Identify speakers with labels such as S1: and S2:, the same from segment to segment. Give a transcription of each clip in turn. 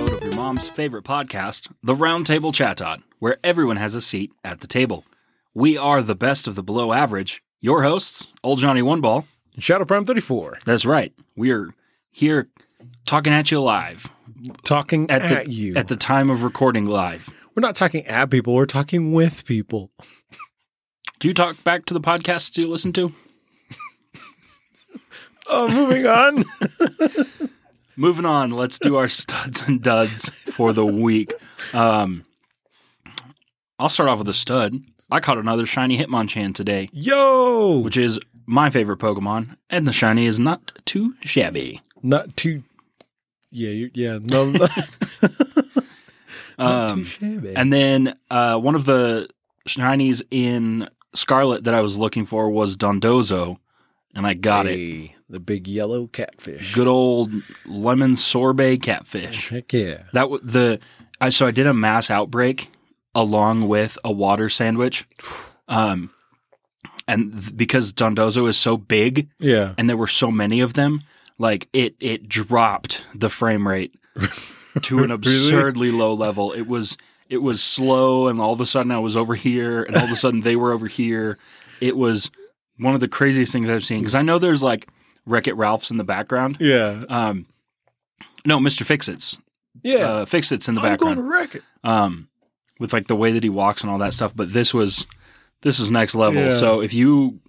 S1: America's favorite podcast, the Roundtable Chatod, where everyone has a seat at the table. We are the best of the below average. Your hosts, Old Johnny One Ball.
S2: Shadow Prime 34.
S1: That's right. We are here talking at you live
S2: Talking
S1: at,
S2: at,
S1: the,
S2: you.
S1: at the time of recording live.
S2: we're not talking at people, we're talking with people.
S1: Do you talk back to the podcasts you listen to?
S2: Oh, moving on.
S1: Moving on, let's do our studs and duds for the week. Um, I'll start off with a stud. I caught another shiny Hitmonchan today,
S2: Yo!
S1: which is my favorite Pokemon, and the shiny is not too shabby.
S2: not too. Yeah, you, yeah. No, not too
S1: Um,
S2: shabby.
S1: and then uh, one of the shinies in Scarlet that I was looking for was Dondozo, and I got it.
S2: Hey, The big yellow catfish.
S1: Good old lemon sorbet catfish.
S2: Heck yeah.
S1: That w- the I, so I did a mass outbreak along with a water sandwich, um, and th- because Dondozo is so big
S2: Yeah.
S1: and there were so many of them, like it it dropped the frame rate to an
S2: Really?
S1: absurdly low level. It was it was slow, and all of a sudden I was over here, and all of a sudden they were over here. It was one of the craziest things I've seen because I know there's like Wreck It Ralphs in the background.
S2: Yeah.
S1: Um, no, Mister Fixits
S2: Yeah.
S1: uh, fix it's in the
S2: I'm going
S1: background
S2: to wreck it.
S1: um, with like the way that he walks and all that stuff. But this was this is next level.
S2: Yeah.
S1: So if you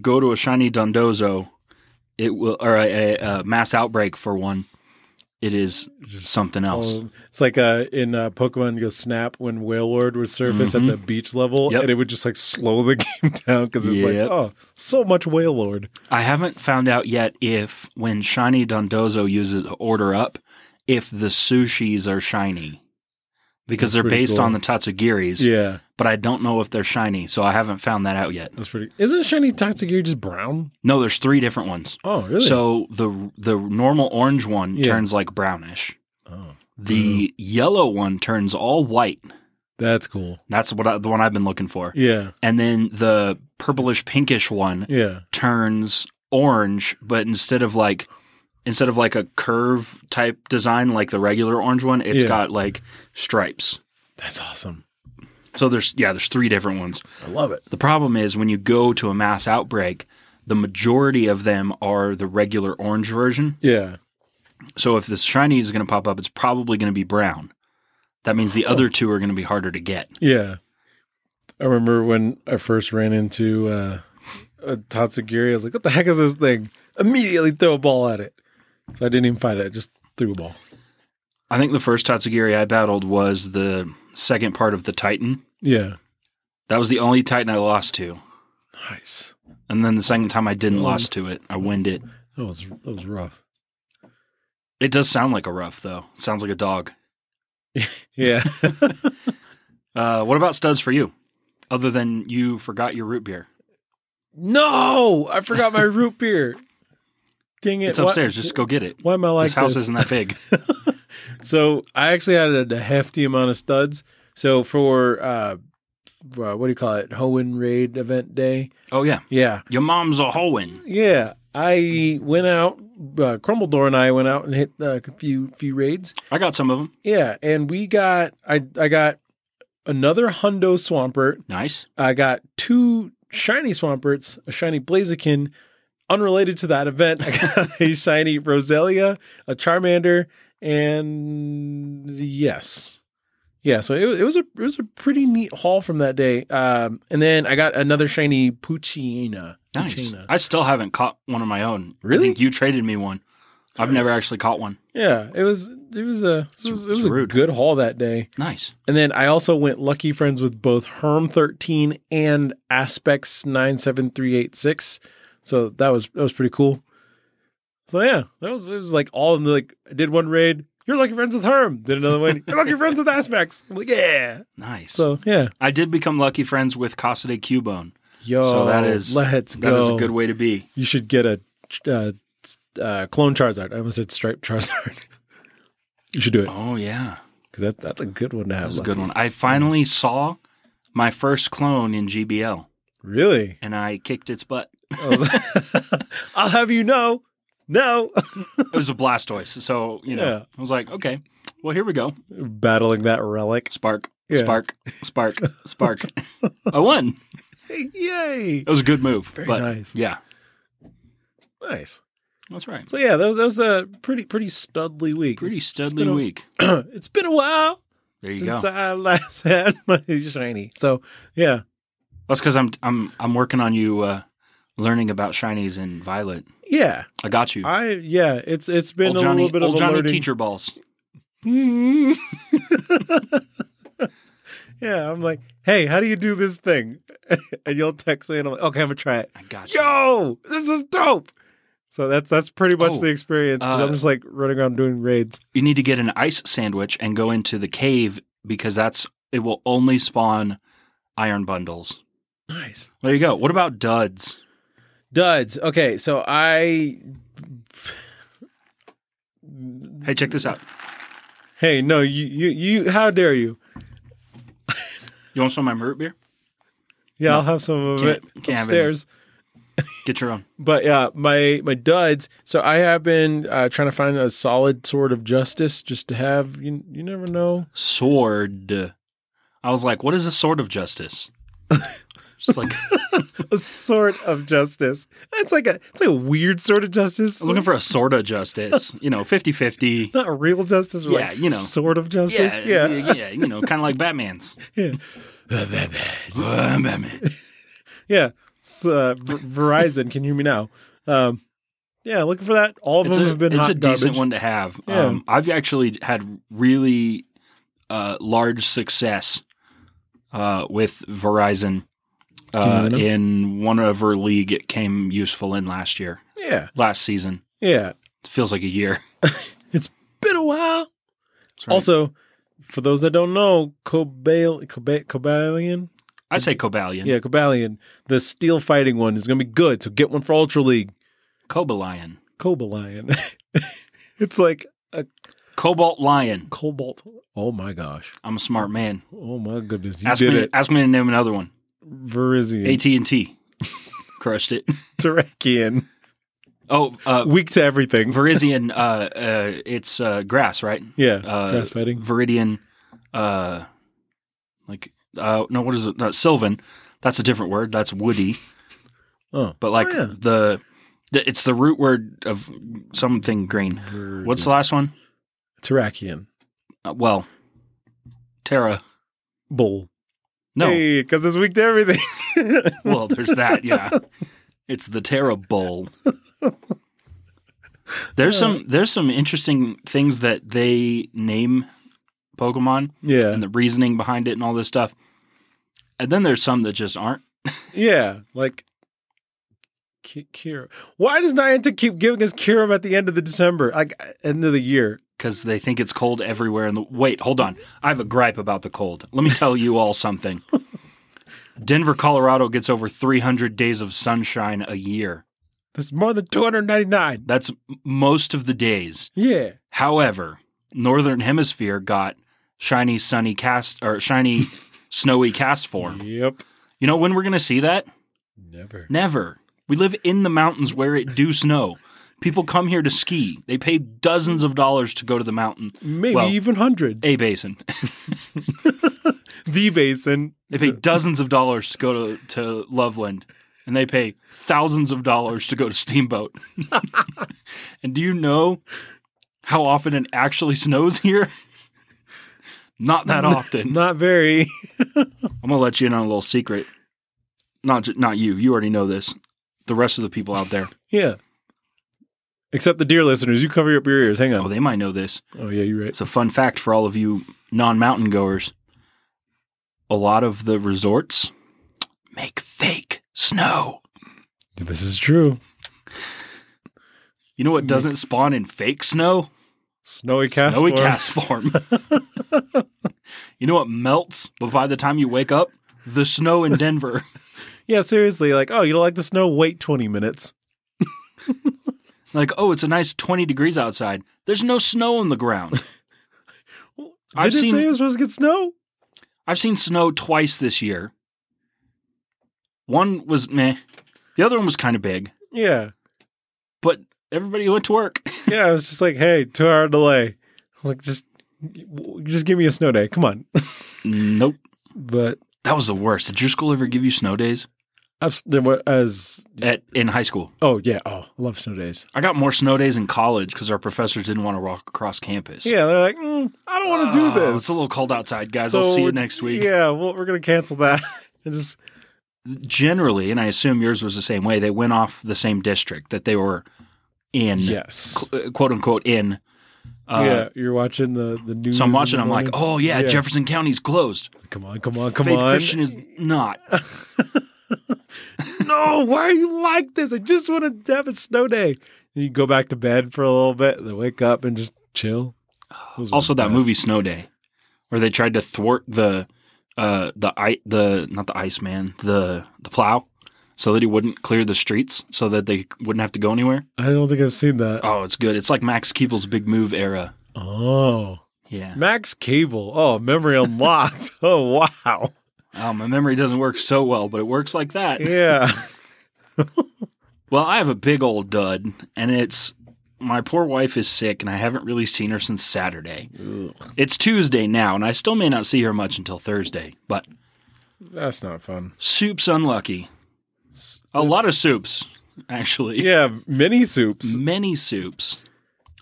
S1: go to a shiny Dundozo, it will or a, a, a mass outbreak for one. It is something else.
S2: Um, it's like uh, in uh, Pokemon Go Snap when Wailord would surface
S1: Mhm.
S2: at the beach level,
S1: Yep.
S2: and it would just like slow the game down because it's
S1: Yep.
S2: like, oh, so much Wailord.
S1: I haven't found out yet if when shiny Dondozo uses order up, if the sushis are shiny. Because
S2: That's
S1: they're
S2: pretty
S1: based
S2: cool.
S1: on the Tatsugiris,
S2: Yeah,
S1: but I don't know if they're shiny, so I haven't found that out yet.
S2: that's pretty. Isn't shiny Toxicure just brown?
S1: No, there's three different ones.
S2: Oh, really?
S1: So the the normal orange one
S2: Yeah.
S1: turns like brownish.
S2: oh,
S1: The yellow one turns all white.
S2: that's cool.
S1: That's what I, the one I've been looking for.
S2: Yeah,
S1: And then the purplish pinkish one
S2: yeah,
S1: turns orange, but instead of like instead of like a curve type design like the regular orange one, it's
S2: Yeah.
S1: got like stripes.
S2: that's awesome.
S1: So there's yeah, there's three different ones.
S2: I love it.
S1: The problem is when you go to a mass outbreak, the majority of them are the regular orange version.
S2: Yeah,
S1: So if this shiny is going to pop up, it's probably going to be brown. That means the other two are going to be harder to get.
S2: yeah. I remember when I first ran into uh, a Toxicure, I was like, "What the heck is this thing?" Immediately throw a ball at it. So I didn't even fight it; I just threw a ball.
S1: I think the first Tatsugiri I battled was the second part of the Titan.
S2: Yeah,
S1: That was the only Titan I lost to.
S2: nice.
S1: And then the second time I didn't
S2: Oh.
S1: lost to it, I winned it.
S2: That was that was rough.
S1: It does sound like a rough though. Sounds like a dog.
S2: Yeah.
S1: Uh, what about studs for you? Other than you forgot your root beer,
S2: no, I forgot my root beer. Dang it!
S1: it's
S2: why-
S1: upstairs. Just go get it.
S2: Why am I like
S1: this house
S2: this?
S1: isn't that big.
S2: So I actually had a hefty amount of studs. So for uh, uh, what do you call it, Hoenn Raid event day?
S1: oh yeah,
S2: Yeah,
S1: your mom's a hoeing.
S2: yeah. I went out. Uh, Crumbledore and I went out and hit uh, a few few raids.
S1: I got some of them.
S2: Yeah, and we got I I got another Hundo Swampert.
S1: Nice.
S2: I got two shiny Swamperts, a shiny Blaziken. Unrelated to that event, I got a shiny Roselia, a Charmander, and yes, yeah. So it, wa- it was a it was a pretty neat haul from that day. Um, and then I got another shiny Puccina.
S1: Nice.
S2: Puccina.
S1: I still haven't caught one of my own.
S2: Really?
S1: I think you traded me one. I've never
S2: Nice.
S1: actually caught one.
S2: Yeah, it was it was a it was, it was a
S1: rude.
S2: good haul that day.
S1: Nice.
S2: And then I also went lucky friends with both Herm thirteen and Aspects nine seven three eight six. So that was that was pretty cool. So yeah, that was it was like all in the like I did one raid. You're lucky friends with Herm. Did another one. You're lucky friends with Aspects. I'm like yeah.
S1: Nice.
S2: So yeah.
S1: I did become lucky friends with Cossidy Cubone.
S2: Yo.
S1: So that is-
S2: let's
S1: That
S2: go.
S1: is a good way to be.
S2: You should get a uh, uh, clone Charizard. I almost said striped Charizard. you should do it
S1: Oh yeah.
S2: because that, that's a good one to have.
S1: That was a
S2: lucky.
S1: good one. I finally saw my first clone in GBL
S2: Really?
S1: and I kicked its butt.
S2: I'll have you know. No.
S1: It was a Blastoise. So, you know,
S2: Yeah.
S1: I was like, okay, Well, here we go.
S2: battling that relic.
S1: Spark,
S2: Yeah.
S1: spark, spark, spark. I won.
S2: Yay!
S1: It was a good move.
S2: Very
S1: but
S2: nice.
S1: yeah,
S2: Nice.
S1: that's right.
S2: So yeah, that was, that was a pretty pretty studly week.
S1: Pretty
S2: It's- it's
S1: studly
S2: been a-
S1: week.
S2: it's been a while
S1: There you
S2: since
S1: go.
S2: I last had my shiny. So yeah,
S1: That's because I'm I'm I'm working on you uh, learning about shinies and violet.
S2: yeah,
S1: I got you.
S2: I yeah. It's it's been
S1: old
S2: a
S1: Johnny,
S2: little bit
S1: old
S2: of a
S1: Johnny
S2: learning.
S1: teacher balls.
S2: yeah, I'm like, hey, how do you do this thing? and you'll text me, and I'm like, okay, I'm gonna try it.
S1: I got you.
S2: Yo, this is dope. So that's that's pretty much
S1: Oh,
S2: the experience because
S1: uh,
S2: I'm just like running around doing raids.
S1: You need to get an ice sandwich and go into the cave because that's it will only spawn iron bundles.
S2: Nice.
S1: There you go. What about duds?
S2: Duds. Okay, so I.
S1: Hey, check this out.
S2: Hey, no, you, you, you. How dare you?
S1: You want some of my root beer?
S2: Yeah, I'll have some of
S1: Can't-
S2: it
S1: can't have any.
S2: upstairs.
S1: Get your own.
S2: But yeah, my my duds. So I have been uh, trying to find a solid sword of justice, just to have. You you never know.
S1: Sword. I was like, what is a sword of justice? Just like
S2: A sword of justice. It's like a it's like a weird sword of justice.
S1: looking for a sword of justice. You know, 50-50.
S2: Not real justice. but
S1: Yeah,
S2: like
S1: you know.
S2: sword of justice.
S1: Yeah,
S2: Yeah,
S1: yeah, yeah, you know, kind of like Batman's. Uh,
S2: yeah. yeah.
S1: Batman.
S2: It's, uh, Ver- Verizon can you hear me now. Um, yeah, looking for that. All of
S1: It's
S2: them
S1: a,
S2: have been
S1: it's
S2: hot
S1: a decent
S2: garbage.
S1: one to have.
S2: Yeah.
S1: Um, I've actually had really uh, large success uh, with Verizon
S2: you
S1: uh,
S2: name them?
S1: in one of her league. It came useful in last year,
S2: Yeah,
S1: last season.
S2: yeah.
S1: It feels like a year.
S2: Been a while.
S1: That's right.
S2: Also, for those that don't know, Cobal Coba- Cobalion.
S1: I say Cobalion.
S2: Yeah, Cobalion. The steel fighting one is gonna be good. So get one for Ultra League.
S1: Cobalion.
S2: Cobalion. it's like a
S1: Cobalt Lion.
S2: cobalt. Oh my gosh.
S1: I'm a smart man.
S2: Oh my goodness. You
S1: Ask
S2: did
S1: me,
S2: it.
S1: ask me to name another one.
S2: Verizian.
S1: AT and T. Crushed it.
S2: Tarakian.
S1: Oh, uh,
S2: Weak to everything.
S1: Verizian. Uh, uh, it's uh, grass, right?
S2: yeah.
S1: Uh,
S2: grass fighting.
S1: Viridian, uh, like uh, no, what is it? No, Sylvan. That's a different word. That's woody.
S2: Oh.
S1: But like
S2: Oh, yeah.
S1: the, the, it's the root word of something green. What's the last one?
S2: Tarakian?
S1: Uh, well, Terra.
S2: Bull.
S1: No.
S2: because it's weak to everything.
S1: Well, there's that. Yeah, it's the Terra Bowl. There's some there's some interesting things that they name Pokemon
S2: yeah.
S1: and the reasoning behind it and all this stuff. And then there's some that just aren't.
S2: Yeah. Like Ki- Kira. Why does Niantic keep giving us Kirim at the end of the December? Like uh, end of the year.
S1: because they think it's cold everywhere. And the wait, hold on, I have a gripe about the cold. Let me tell you all something. Denver, Colorado gets over 300 days of sunshine a year.
S2: That's more than 299.
S1: That's m- most of the days.
S2: Yeah.
S1: However, northern hemisphere got shiny sunny cast or shiny snowy cast form.
S2: Yep.
S1: You know when we're going to see that?
S2: Never.
S1: Never. We live in the mountains where it do snow. People come here to ski. They pay dozens of dollars to go to the mountain,
S2: Maybe
S1: Well,
S2: even hundreds.
S1: a basin.
S2: the basin.
S1: They pay dozens of dollars to go to, to Loveland, and they pay thousands of dollars to go to Steamboat. and do you know how often it actually snows here? Not that often.
S2: Not very.
S1: I'm gonna let you in on a little secret. Not ju- not you. You already know this. The rest of the people out there,
S2: yeah. Except the dear listeners, you cover up your ears. Hang
S1: oh,
S2: on.
S1: they might know this.
S2: Oh yeah, you're right.
S1: It's a fun fact for all of you non-mountain goers. A lot of the resorts make fake snow.
S2: This is true.
S1: You know what doesn't spawn in fake snow?
S2: Snowy cast.
S1: snowy
S2: form.
S1: cast form. you know what melts, but by the time you wake up, the snow in Denver.
S2: Yeah, seriously. Like, oh, you don't like the snow? Wait 20 minutes.
S1: like, oh, it's a nice 20 degrees outside. There's no snow on the ground.
S2: Did
S1: I've
S2: it
S1: seen-
S2: say it was supposed to get snow?
S1: I've seen snow twice this year. One was meh, the other one was kind of big,
S2: Yeah.
S1: but everybody went to work.
S2: Yeah, I was just like, hey, two hour delay. Like, just w- just give me a snow day. Come on.
S1: Nope.
S2: But
S1: That was the worst. Did your school ever give you snow days
S2: abs- there were as
S1: at in high school?
S2: oh yeah oh I love snow days.
S1: I got more snow days in college because our professors didn't want to walk across campus.
S2: Yeah, they're like mm, I don't want to do
S1: Ah,
S2: this.
S1: It's a little cold outside, guys. I'll see you next week.
S2: Yeah, well, we're gonna cancel that and just
S1: Generally, and I assume yours was the same way. They went off the same district that they were in,
S2: yes.
S1: uh, quote unquote, in. Uh,
S2: yeah, you're watching the the news.
S1: So I'm watching.
S2: in
S1: I'm
S2: the
S1: like,
S2: morning.
S1: oh yeah,
S2: Yeah.
S1: Jefferson County's closed.
S2: come on, come on, come
S1: Faith
S2: on.
S1: Christian is not.
S2: no, why are you like this? I just want to have a snow day. And you go back to bed for a little bit, then wake up and just chill. Those were
S1: Also,
S2: the
S1: that
S2: best.
S1: movie Snow Day, where they tried to thwart the uh, the i the not the Iceman the the plow, so that he wouldn't clear the streets, so that they wouldn't have to go anywhere.
S2: I don't think I've seen that.
S1: Oh, it's good. It's like Max Keeble's Big Move era.
S2: Oh,
S1: Yeah.
S2: Max Cable. Oh, memory unlocked. oh, wow.
S1: Oh, my memory doesn't work so well, but it works like that.
S2: Yeah.
S1: Well, I have a big old dud, and it's my poor wife is sick, and I haven't really seen her since Saturday. It's Tuesday now, and I still may not see her much until Thursday, but
S2: That's not fun.
S1: soup's unlucky.
S2: S-
S1: A lot of soups, actually.
S2: Yeah, mini soups.
S1: Many soups.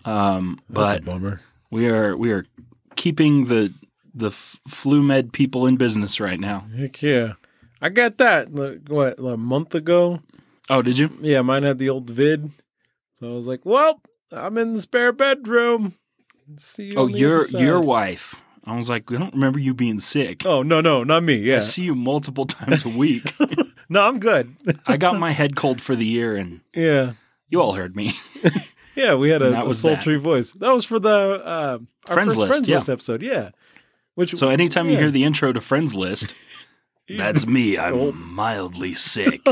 S1: Um,
S2: That's a
S1: Mm, but
S2: bummer.
S1: we are we are keeping the the f- flu med people in business right now.
S2: Heck yeah. I got that like, what a month ago.
S1: Oh, did you?
S2: Yeah, mine had the old vid. So I was like, "Well, I'm in the spare bedroom. See you."
S1: oh,
S2: on the
S1: your
S2: other side."
S1: your wife. I was like, I don't remember you being sick.
S2: Oh no, no, not me.
S1: I
S2: Yeah,
S1: see you multiple times a week.
S2: no, I'm good.
S1: I got my head cold for the year, and
S2: yeah,
S1: you all heard me.
S2: yeah. We had
S1: And
S2: a,
S1: that
S2: a
S1: was that.
S2: sultry voice. That was for the uh, our
S1: Friends
S2: first
S1: list,
S2: friends
S1: yeah.
S2: list episode. Yeah, which
S1: So anytime you
S2: Yeah.
S1: hear the intro to Friends List, that's me.
S2: Cool.
S1: I'm mildly sick.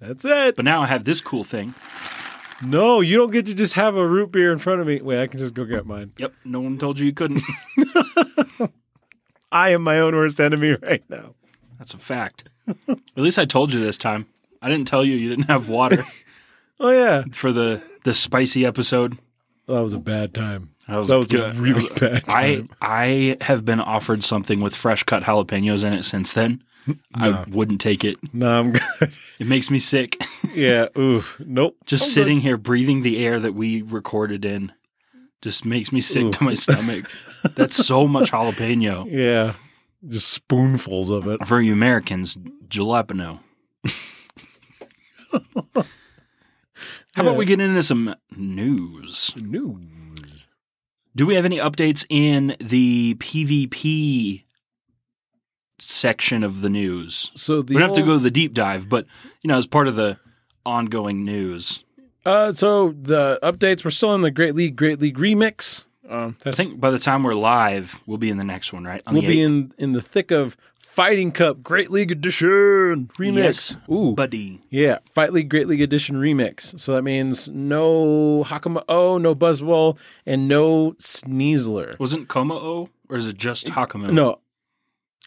S2: that's it.
S1: But now I have this cool thing.
S2: No, you don't get to just have a root beer in front of me. Wait, I can just go get mine.
S1: Yep, no one told you you couldn't.
S2: I am my own worst enemy right now.
S1: That's a fact. At least I told you this time. I didn't tell you you didn't have water
S2: Oh yeah,
S1: for the the spicy episode.
S2: that was a bad time.
S1: That was,
S2: That was
S1: good.
S2: a really bad
S1: I
S2: time.
S1: I have been offered something with fresh cut jalapenos in it since then. I wouldn't take it.
S2: no, I'm good.
S1: It makes me sick.
S2: yeah. Ooh. Nope.
S1: Just
S2: I'm good.
S1: sitting here breathing the air that we recorded in just makes me sick to my stomach. That's so much jalapeno.
S2: Yeah. Just spoonfuls of it.
S1: For you Americans, jalapeno. How about we get into some news?
S2: News.
S1: Do we have any updates in the PvP section of the news?
S2: So the
S1: we don't have to
S2: old-
S1: go to the deep dive, but you know, as part of the ongoing news.
S2: Uh, so the updates. We're still in the Great League. Great League remix. Um,
S1: I think by the time we're live, we'll be in the next one, right? On
S2: we'll
S1: the
S2: be
S1: 8th.
S2: in in the thick of Fighting Cup Great League Edition remix.
S1: Yes,
S2: Ooh.
S1: buddy.
S2: yeah, Fight League Great League Edition remix. So that means no Hakama O, no Buzzwell, and no Sneasler.
S1: Wasn't Como O or is it just Hakamu?
S2: No,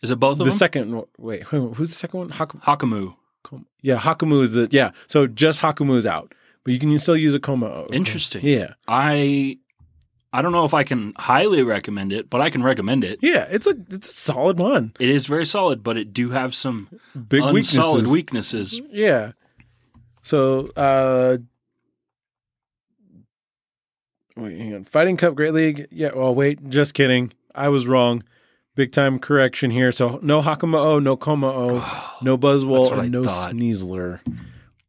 S1: Is it both of
S2: the
S1: them?
S2: second one. Wait, who- who's the second one? Hakama.
S1: Hakamu.
S2: Kom- Yeah, Hakamu is the yeah. So just Hakamu is out, but you can still use a Koma. O.
S1: Interesting.
S2: Yeah,
S1: I I don't know if I can highly recommend it, but I can recommend it.
S2: yeah. It's a it's a solid one.
S1: It is very solid, but it do have some
S2: Big
S1: unsolid
S2: weaknesses.
S1: weaknesses.
S2: Yeah. So uh, wait, hang on. Fighting Cup Great League. Yeah. Well, wait. Just kidding. I was wrong. Big time correction here. So no Hakama O, no Koma O, no
S1: Ah, That's
S2: Buzzwole,
S1: what I
S2: and no
S1: thought.
S2: Sneasler,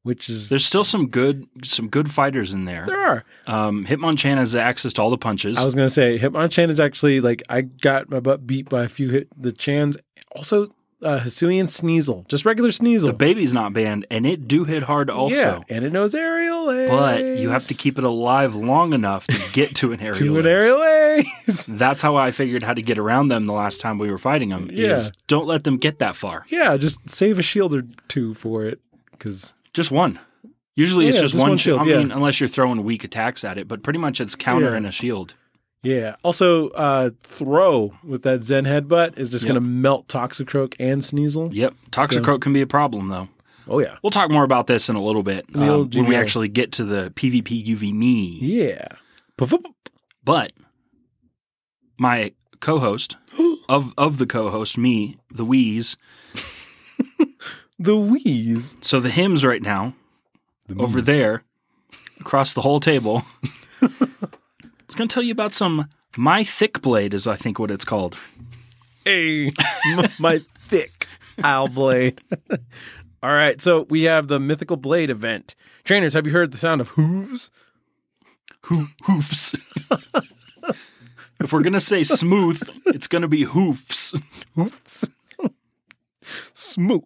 S2: which is
S1: There's still some good some good fighters in there.
S2: there are.
S1: Um, Hitmonchan has access to all the punches.
S2: I was gonna say Hitmonchan is actually like I got my butt beat by a few hit the Chans. Also, uh, Hisuian Sneasel, just regular
S1: the
S2: Sneasel.
S1: baby's not banned, and it do hit hard also.
S2: Yeah, and it knows aerial ace.
S1: But you have to keep it alive long enough to get to an aerial.
S2: to an
S1: ace.
S2: aerial ace.
S1: That's how I figured how to get around them the last time we were fighting them.
S2: Yeah.
S1: Is don't let them get that far.
S2: yeah, just save a shield or two for it because
S1: Just one. Usually
S2: Oh,
S1: it's
S2: yeah,
S1: just,
S2: just
S1: one,
S2: one
S1: shield.
S2: shield,
S1: I
S2: yeah.
S1: mean, unless you're throwing weak attacks at it, but pretty much it's counter
S2: Yeah.
S1: and a shield.
S2: yeah. Also, uh, throw with that Zen headbutt is just
S1: Yep.
S2: gonna melt Toxicroak and Sneasel.
S1: Yep. Toxicroak can be a problem though.
S2: Oh yeah,
S1: We'll talk more about this in a little bit um,
S2: old
S1: when we
S2: GBA.
S1: actually get to the PvP UV me.
S2: yeah. Puff, puff, puff.
S1: But my co-host of of the co-host, me, the Wheeze.
S2: The Wheeze.
S1: So the hymns right now over there, across the whole table. it's going to tell you about some my thick blade is I think what it's called.
S2: Hey, my thick owl blade. All right, so we have the Mythical Blade event. Trainers, have you heard the sound of hooves?
S1: Hoo- hoofs. if we're going to say smooth, it's going to be hoofs.
S2: Hoofs. Smooth.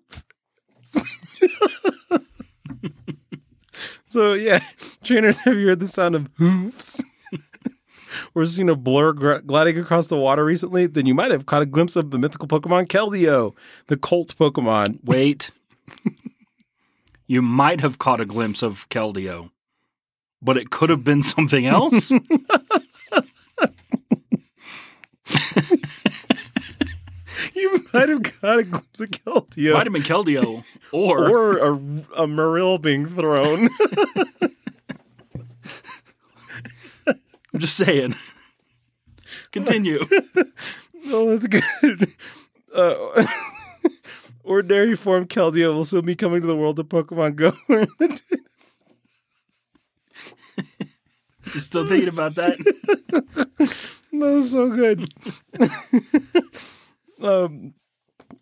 S2: so, yeah, trainers, have you heard the sound of hoofs? Or seen a blur gr- gliding across the water recently? Then you might have caught a glimpse of the mythical Pokemon Keldeo, the cult Pokemon.
S1: Wait. you might have caught a glimpse of Keldeo, but it could have been something else.
S2: You might have caught a glimpse of Keldeo.
S1: might have been Keldeo or,
S2: or a, a Marill being thrown.
S1: I'm just saying. Continue.
S2: oh, that's good. Uh, ordinary form Keldeo will soon be coming to the world of Pokemon Go.
S1: you still thinking about that?
S2: that was so good. um,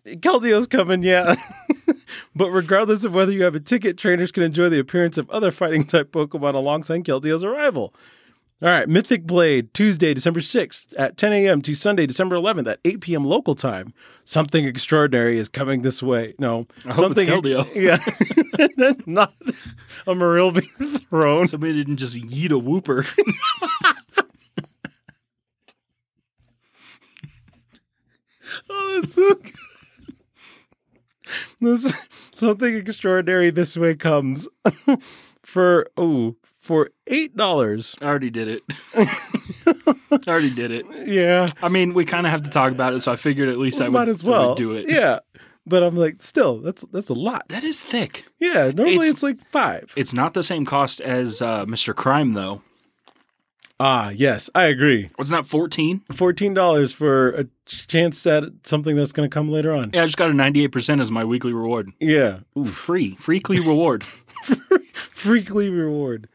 S2: Keldeo's coming, yeah. but regardless of whether you have a ticket, trainers can enjoy the appearance of other fighting type Pokemon alongside Keldeo's arrival. All right, Mythic Blade, Tuesday, December 6th at 10 a.m. to Sunday, December 11th at 8 p.m. local time. Something extraordinary is coming this way. No,
S1: I hope it's
S2: something.
S1: Keldeo.
S2: yeah. Not a Marill being thrown.
S1: Somebody didn't just yeet a whooper.
S2: Oh, that's so good. This something extraordinary this way comes for oh for eight dollars.
S1: I already did it. I already did it.
S2: Yeah,
S1: I mean, we kind of have to talk about it, so I figured at least I would,
S2: might as
S1: I would
S2: well
S1: do it.
S2: Yeah, but I'm like, still, that's that's a lot.
S1: That is thick.
S2: Yeah, normally
S1: It's-
S2: it's, like five.
S1: It's not the same cost as uh, Mr. Crime, though.
S2: Ah, yes, I agree.
S1: Wasn't that 14?
S2: Fourteen dollars for a chance at something that's going to come later on.
S1: Yeah, I just got a 98% as my weekly reward.
S2: Yeah,
S1: Ooh, free. Freakly reward.
S2: freakly reward.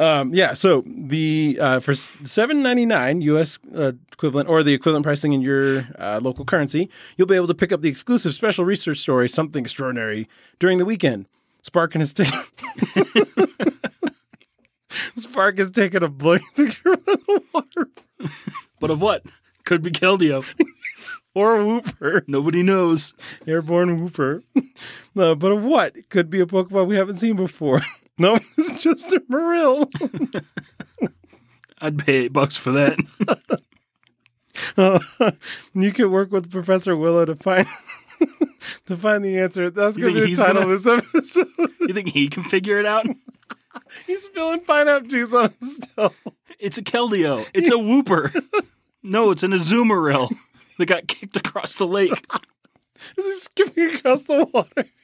S2: Um, yeah, so the uh, for seven ninety nine U.S. Uh, equivalent or the equivalent pricing in your uh, local currency, you'll be able to pick up the exclusive special research story "Something Extraordinary" during the weekend. Spark and his t- Spark has taken a blurry picture of the water
S1: but of what? Could be Keldeo.
S2: or a whooper,
S1: Nobody knows.
S2: airborne whooper. No, but of what? It could be a Pokemon we haven't seen before. no, it's just a Marill.
S1: I'd pay eight bucks for that.
S2: you can work with Professor Willow to find to find the answer. That's
S1: You
S2: going to
S1: think
S2: be
S1: he's
S2: the title
S1: gonna-
S2: of this episode.
S1: you think he can figure it out?
S2: he's spilling pineapple juice on himself.
S1: It's a Keldeo. It's a whooper. No, it's an Azumarill that got kicked across the lake.
S2: He's skipping across the water.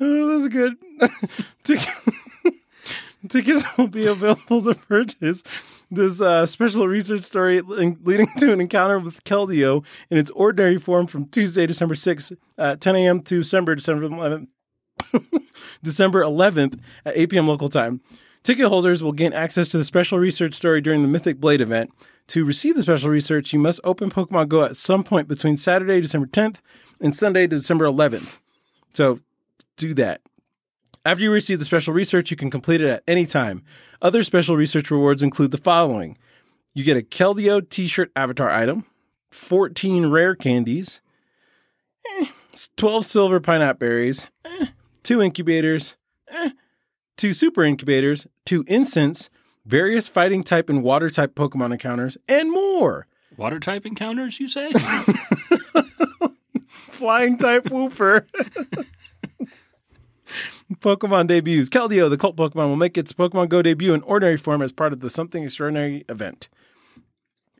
S2: Oh, that's good. Tick- Tickets will be available to purchase. This uh, special research story lin- leading to an encounter with Keldeo in its ordinary form from Tuesday, December 6th, uh, 10 a.m. to December, December 11th, December 11th at 8 p.m. local time. Ticket holders will gain access to the special research story during the Mythic Blade event. To receive the special research, you must open Pokemon Go at some point between Saturday, December 10th, and Sunday, December 11th. So do that. After you receive the special research, you can complete it at any time. Other special research rewards include the following you get a Keldeo t shirt avatar item, 14 rare candies, eh, 12 silver pineapple berries, eh, two incubators, eh, two super incubators, two incense, various fighting type and water type Pokemon encounters, and more.
S1: Water type encounters, you say?
S2: flying type whooper. Pokemon debuts. Keldeo, the cult Pokemon, will make its Pokemon Go debut in ordinary form as part of the Something Extraordinary event.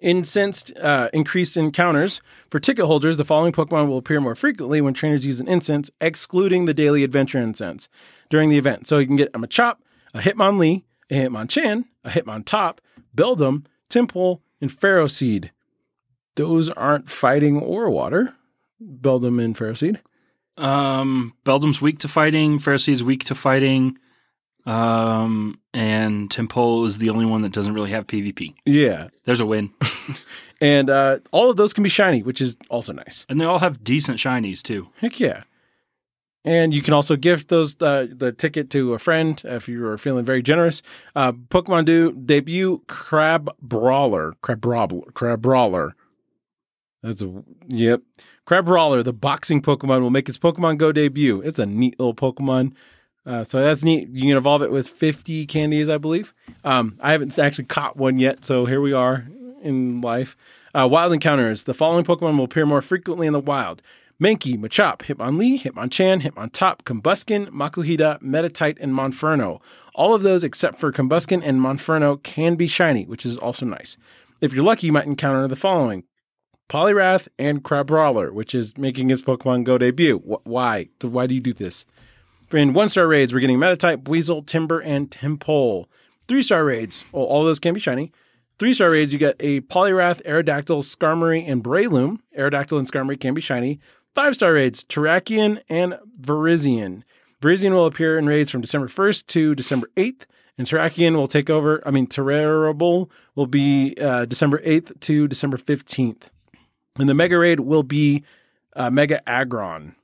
S2: Incensed uh, increased encounters. For ticket holders, the following Pokemon will appear more frequently when trainers use an incense, excluding the daily adventure incense during the event. So you can get a Machop, a Hitmonlee, a Hitmonchan, a Hitmontop, Beldum, Temple, and Pharaoh Seed. Those aren't fighting or water. Beldum and Pharaoh Seed.
S1: Um, Beldum's weak to fighting. Pharisee's weak to fighting. Um, and Temple is the only one that doesn't really have PvP.
S2: Yeah.
S1: There's a win,
S2: And uh, all of those can be shiny, which is also nice.
S1: and they all have decent shinies too.
S2: Heck yeah. And you can also gift those uh, the ticket to a friend if you are feeling very generous. Uh, Pokemon Do debut Crab Brawler. Crab Brawler. Crab Brawler. That's a yep. Crab Brawler, the boxing Pokemon, will make its Pokemon Go debut. It's a neat little Pokemon. Uh, so that's neat. You can evolve it with 50 candies, I believe. Um, I haven't actually caught one yet, so here we are in life. Uh, wild encounters. The following Pokemon will appear more frequently in the wild. Mankey, Machop, Hitmonlee, Hitmonchan, Hitmontop, Combuskin, Makuhita, Metatite, and Monferno. All of those except for Combuskin and Monferno can be shiny, which is also nice. If you're lucky, you might encounter the following. Polyrath and Crabrawler, which is making his Pokemon Go debut. Wh- why? Why do you do this? In one star raids, we're getting Metatype, Weasel, Timber, and Tempole. Three star raids, well, all those can be shiny. Three star raids, you get a Polyrath, Aerodactyl, Skarmory, and Breloom. Aerodactyl and Skarmory can be shiny. Five star raids, Terrakion and Verizian. Verizian will appear in raids from December 1st to December 8th, and Terrakion will take over. I mean, Terrarable will be uh, December 8th to December 15th. And the Mega Raid will be uh, Mega Aggron.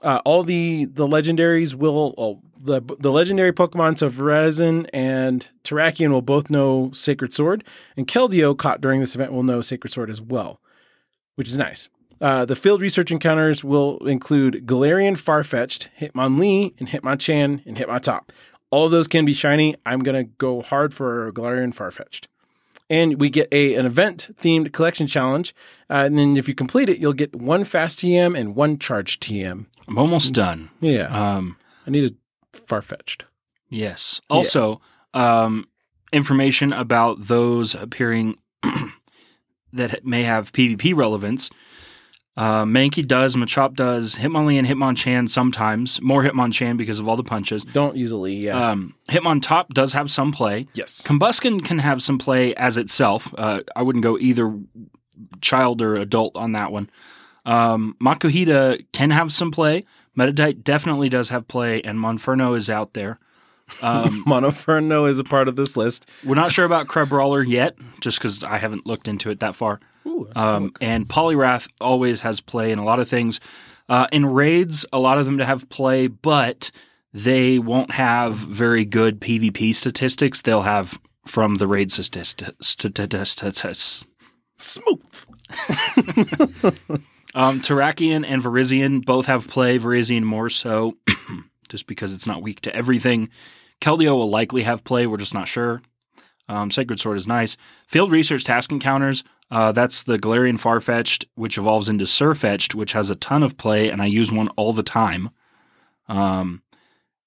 S2: Uh, all the the legendaries will oh, the the legendary Pokemon so Verizon and Terrakion will both know Sacred Sword, and Keldeo caught during this event will know Sacred Sword as well, which is nice. Uh, the field research encounters will include Galarian Farfetched, Hitmonlee, and Hitmonchan, and Hitmontop. All of those can be shiny. I'm gonna go hard for Galarian Farfetched and we get a an event themed collection challenge. Uh, and then if you complete it, you'll get one fast TM and one charge TM.
S1: I'm almost done.
S2: Yeah,
S1: Um,
S2: I need a far fetched.
S1: Yes. Also, um, information about those appearing that may have PvP relevance. Uh, Mankey does, Machop does, Hitmonlee and Hitmonchan sometimes. More Hitmonchan because of all the punches.
S2: Don't easily. Yeah.
S1: Um, Hitmontop does have some play.
S2: yes.
S1: Combuskin can have some play as itself. Uh, I wouldn't go either child or adult on that one. Um, Makuhita can have some play. Metadite definitely does have play, and Monferno is out there. Um,
S2: Monoferno is a part of this list.
S1: We're not sure about Crabrawler yet, just because I haven't looked into it that far.
S2: Ooh, that's
S1: Um, and Polyrath always has play in a lot of things. Uh, in raids, a lot of them to have play, but they won't have very good PvP statistics. They'll have from the raid statistics.
S2: smooth.
S1: Um, Tarakian and Verizian both have play. Verizian more so, just because it's not weak to everything. Keldeo will likely have play. We're just not sure. Um, Sacred Sword is nice. Field Research Task Encounters. Uh, that's the Galarian Farfetched, which evolves into Surfetched, which has a ton of play, and I use one all the time. Um,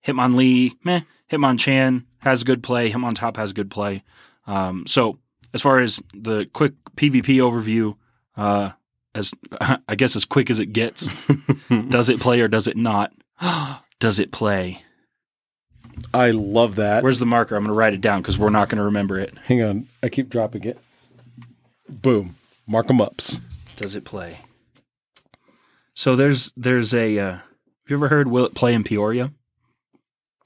S1: Hitmonlee, meh. Hitmonchan has good play. Hitmontop has good play. Um, so, as far as the quick PvP overview, uh, as I guess as quick as it gets. does it play or does it not? does it play?
S2: I love that.
S1: Where's the marker? I'm going to write it down because we're not going to remember it.
S2: Hang on, I keep dropping it. Boom. Mark 'em ups.
S1: Does it play? So there's there's a uh, have you ever heard Will it play in Peoria?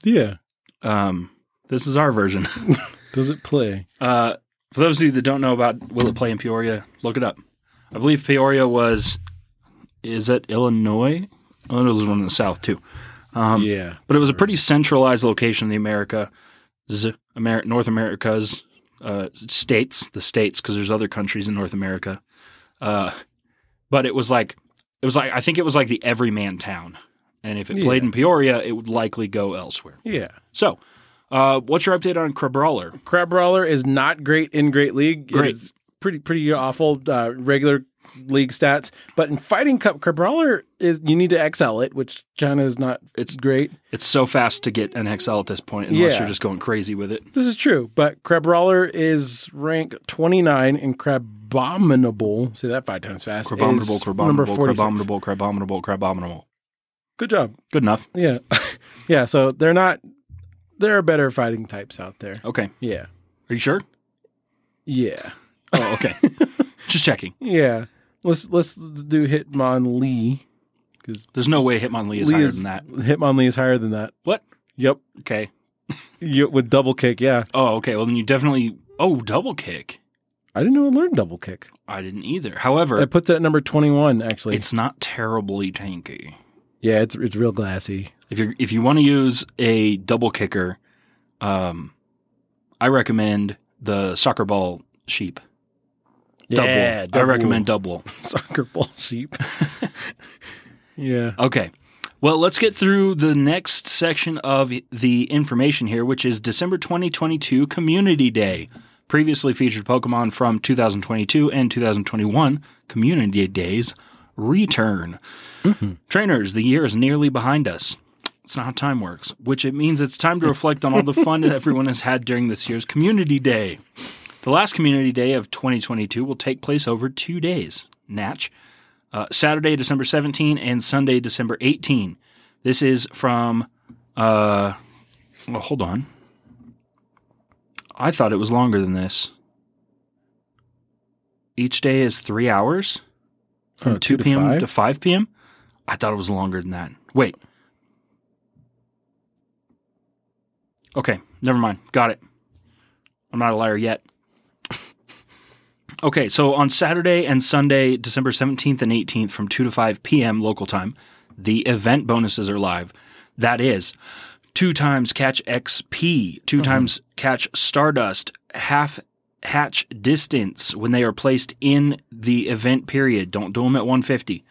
S2: Yeah.
S1: Um, this is our version.
S2: Does it play?
S1: Uh, for those of you that don't know about Will It Play in Peoria, look it up. I believe Peoria was, is it Illinois? Oh, no, there's one in the South too. Um,
S2: yeah.
S1: But it was a pretty centralized location in the America, z- Amer- North America's uh, states, the states, because there's other countries in North America. Uh, but it was like it was like I think it was like the everyman town, and if it played
S2: Yeah.
S1: in Peoria, it would likely go elsewhere.
S2: Yeah.
S1: So, uh, what's your update on Crabrawler?
S2: Crab Brawler is not great in Great League.
S1: Great.
S2: It is pretty pretty awful uh, regular league stats. But in Fighting Cup, Crab Brawler is you need to excel it, which kind of is not
S1: It's-
S2: it's great.
S1: It's so fast to get an XL at this point, unless
S2: Yeah.
S1: you're just going crazy with it.
S2: This is true, but Crab Brawler is rank 29 and Crabominable. Say that five times fast. is
S1: Crabominable,
S2: number
S1: crabominable,
S2: 46.
S1: crabominable, crabominable, crabominable.
S2: Good job.
S1: Good enough.
S2: Yeah. yeah. So they're not, there are better fighting types out there.
S1: Okay.
S2: Yeah.
S1: Are you sure?
S2: Yeah.
S1: Oh, okay. Just checking.
S2: Yeah. Let's let's do Hitmonlee.
S1: There's no way Hitmonlee is
S2: Lee
S1: higher
S2: is-
S1: than that.
S2: Hitmonlee is higher than that.
S1: What?
S2: Yep.
S1: Okay.
S2: Yeah, with double kick, yeah.
S1: Oh, okay. Well, then you definitely. Oh, double kick.
S2: I didn't even learn double kick.
S1: I didn't either. However,
S2: That puts it at number 21 actually.
S1: it's not terribly tanky.
S2: yeah, it's it's real glassy.
S1: If you if you want to use a double kicker, um, I recommend the soccer ball sheep. Double.
S2: Yeah,
S1: I recommend double.
S2: soccer ball sheep. yeah.
S1: Okay. Well, let's get through the next section of the information here, which is December 2022 Community Day. Previously featured Pokemon from 2022 and 2021 Community Days return. Trainers, the year is nearly behind us. It's not how time works, which it means it's time to reflect on all the fun that everyone has had during this year's Community Day. The last Community Day of 2022 will take place over two days. Natch. Uh, Saturday, December 17, and Sunday, December 18. This is from. Uh, well, hold on. I thought it was longer than this. Each day is three hours from
S2: Oh,
S1: 2
S2: two to
S1: p.m.
S2: five?
S1: to 5 p.m. I thought it was longer than that. Wait. Okay, never mind. Got it. I'm not a liar yet. Okay, so on Saturday and Sunday, December 17th and 18th from 2 to 5 p.m. local time, the event bonuses are live. That is two times catch XP, 2 times catch Stardust, half hatch distance when they are placed in the event period. Don't do them at 150.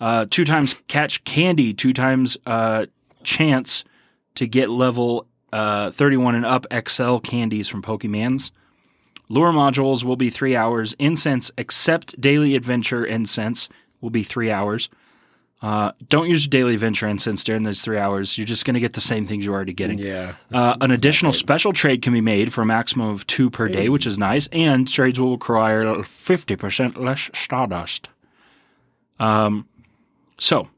S1: Uh, two times catch candy, two times uh, chance to get level uh, 31 and up XL candies from Pokemans. Lure modules will be three hours. Incense, except daily adventure incense, will be three hours. Uh, don't use daily adventure incense during those three hours. You're just going to get the same things you're already getting.
S2: Yeah.
S1: Uh, an additional special trade can be made for a maximum of two per day, which is nice, and trades will require 50% less stardust. Um, so,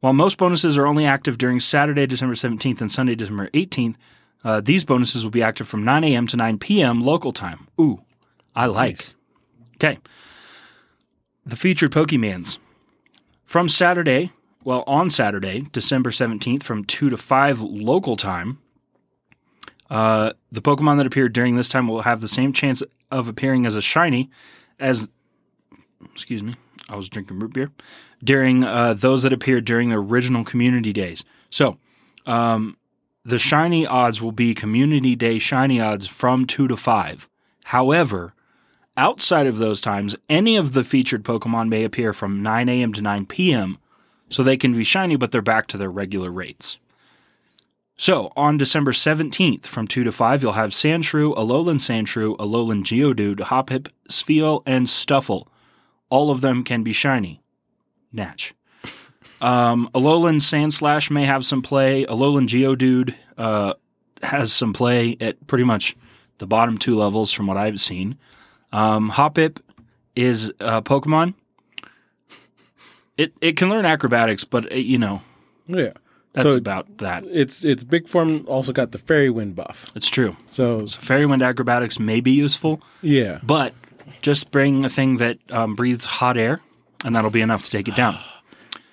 S1: while most bonuses are only active during Saturday, December 17th and Sunday, December 18th, uh, these bonuses will be active from 9 a.m. to 9 p.m. local time. Ooh, I like. Okay. The featured Pokemans from Saturday, well, on Saturday, December 17th, from 2 to 5 local time, uh, the Pokemon that appeared during this time will have the same chance of appearing as a shiny as, excuse me, I was drinking root beer, during uh, those that appeared during the original community days. So, um, the shiny odds will be community day shiny odds from 2 to 5. However, outside of those times, any of the featured Pokemon may appear from 9 a.m. to 9 p.m., so they can be shiny, but they're back to their regular rates. So on December 17th from 2 to 5, you'll have Sandshrew, Alolan Sandshrew, Alolan Geodude, Hoppip, Spheal, and Stuffle. All of them can be shiny. Natch. Um, Alolan Sandslash may have some play. Alolan Geodude uh, has some play at pretty much the bottom two levels from what I've seen. Um, Hoppip is a Pokemon. It, it can learn acrobatics, but, it, you know,
S2: Oh, Yeah.
S1: that's
S2: so
S1: about that.
S2: it's it's big form also got the fairy wind buff.
S1: It's true.
S2: So
S1: Fairywind acrobatics may be useful,
S2: yeah.
S1: but just bring a thing that um, breathes hot air, and that'll be enough to take it down.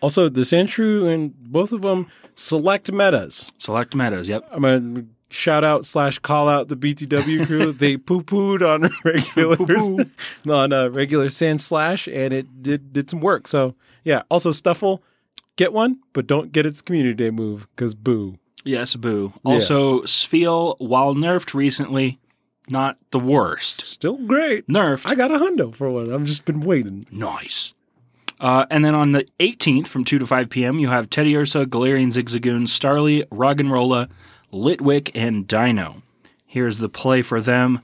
S2: Also the Sandshrew and both of them select metas.
S1: Select meadows. Yep.
S2: I'm gonna shout out slash call out the BTW crew. they poo pooed on regulars on uh, regular sand slash, and it did did some work. So yeah. Also Stuffle, get one, but don't get its community day move because boo.
S1: Yes. Boo. Also, Spheal, while nerfed recently, not the worst.
S2: Still great.
S1: Nerfed.
S2: I got a hundo for one. I've just been waiting.
S1: Nice. Uh, and then on the 18th from 2 to 5 p.m., you have Teddy Ursa, Galarian Zigzagoon, Starly, Roggenrola, Litwick, and Dino. Here's the play for them.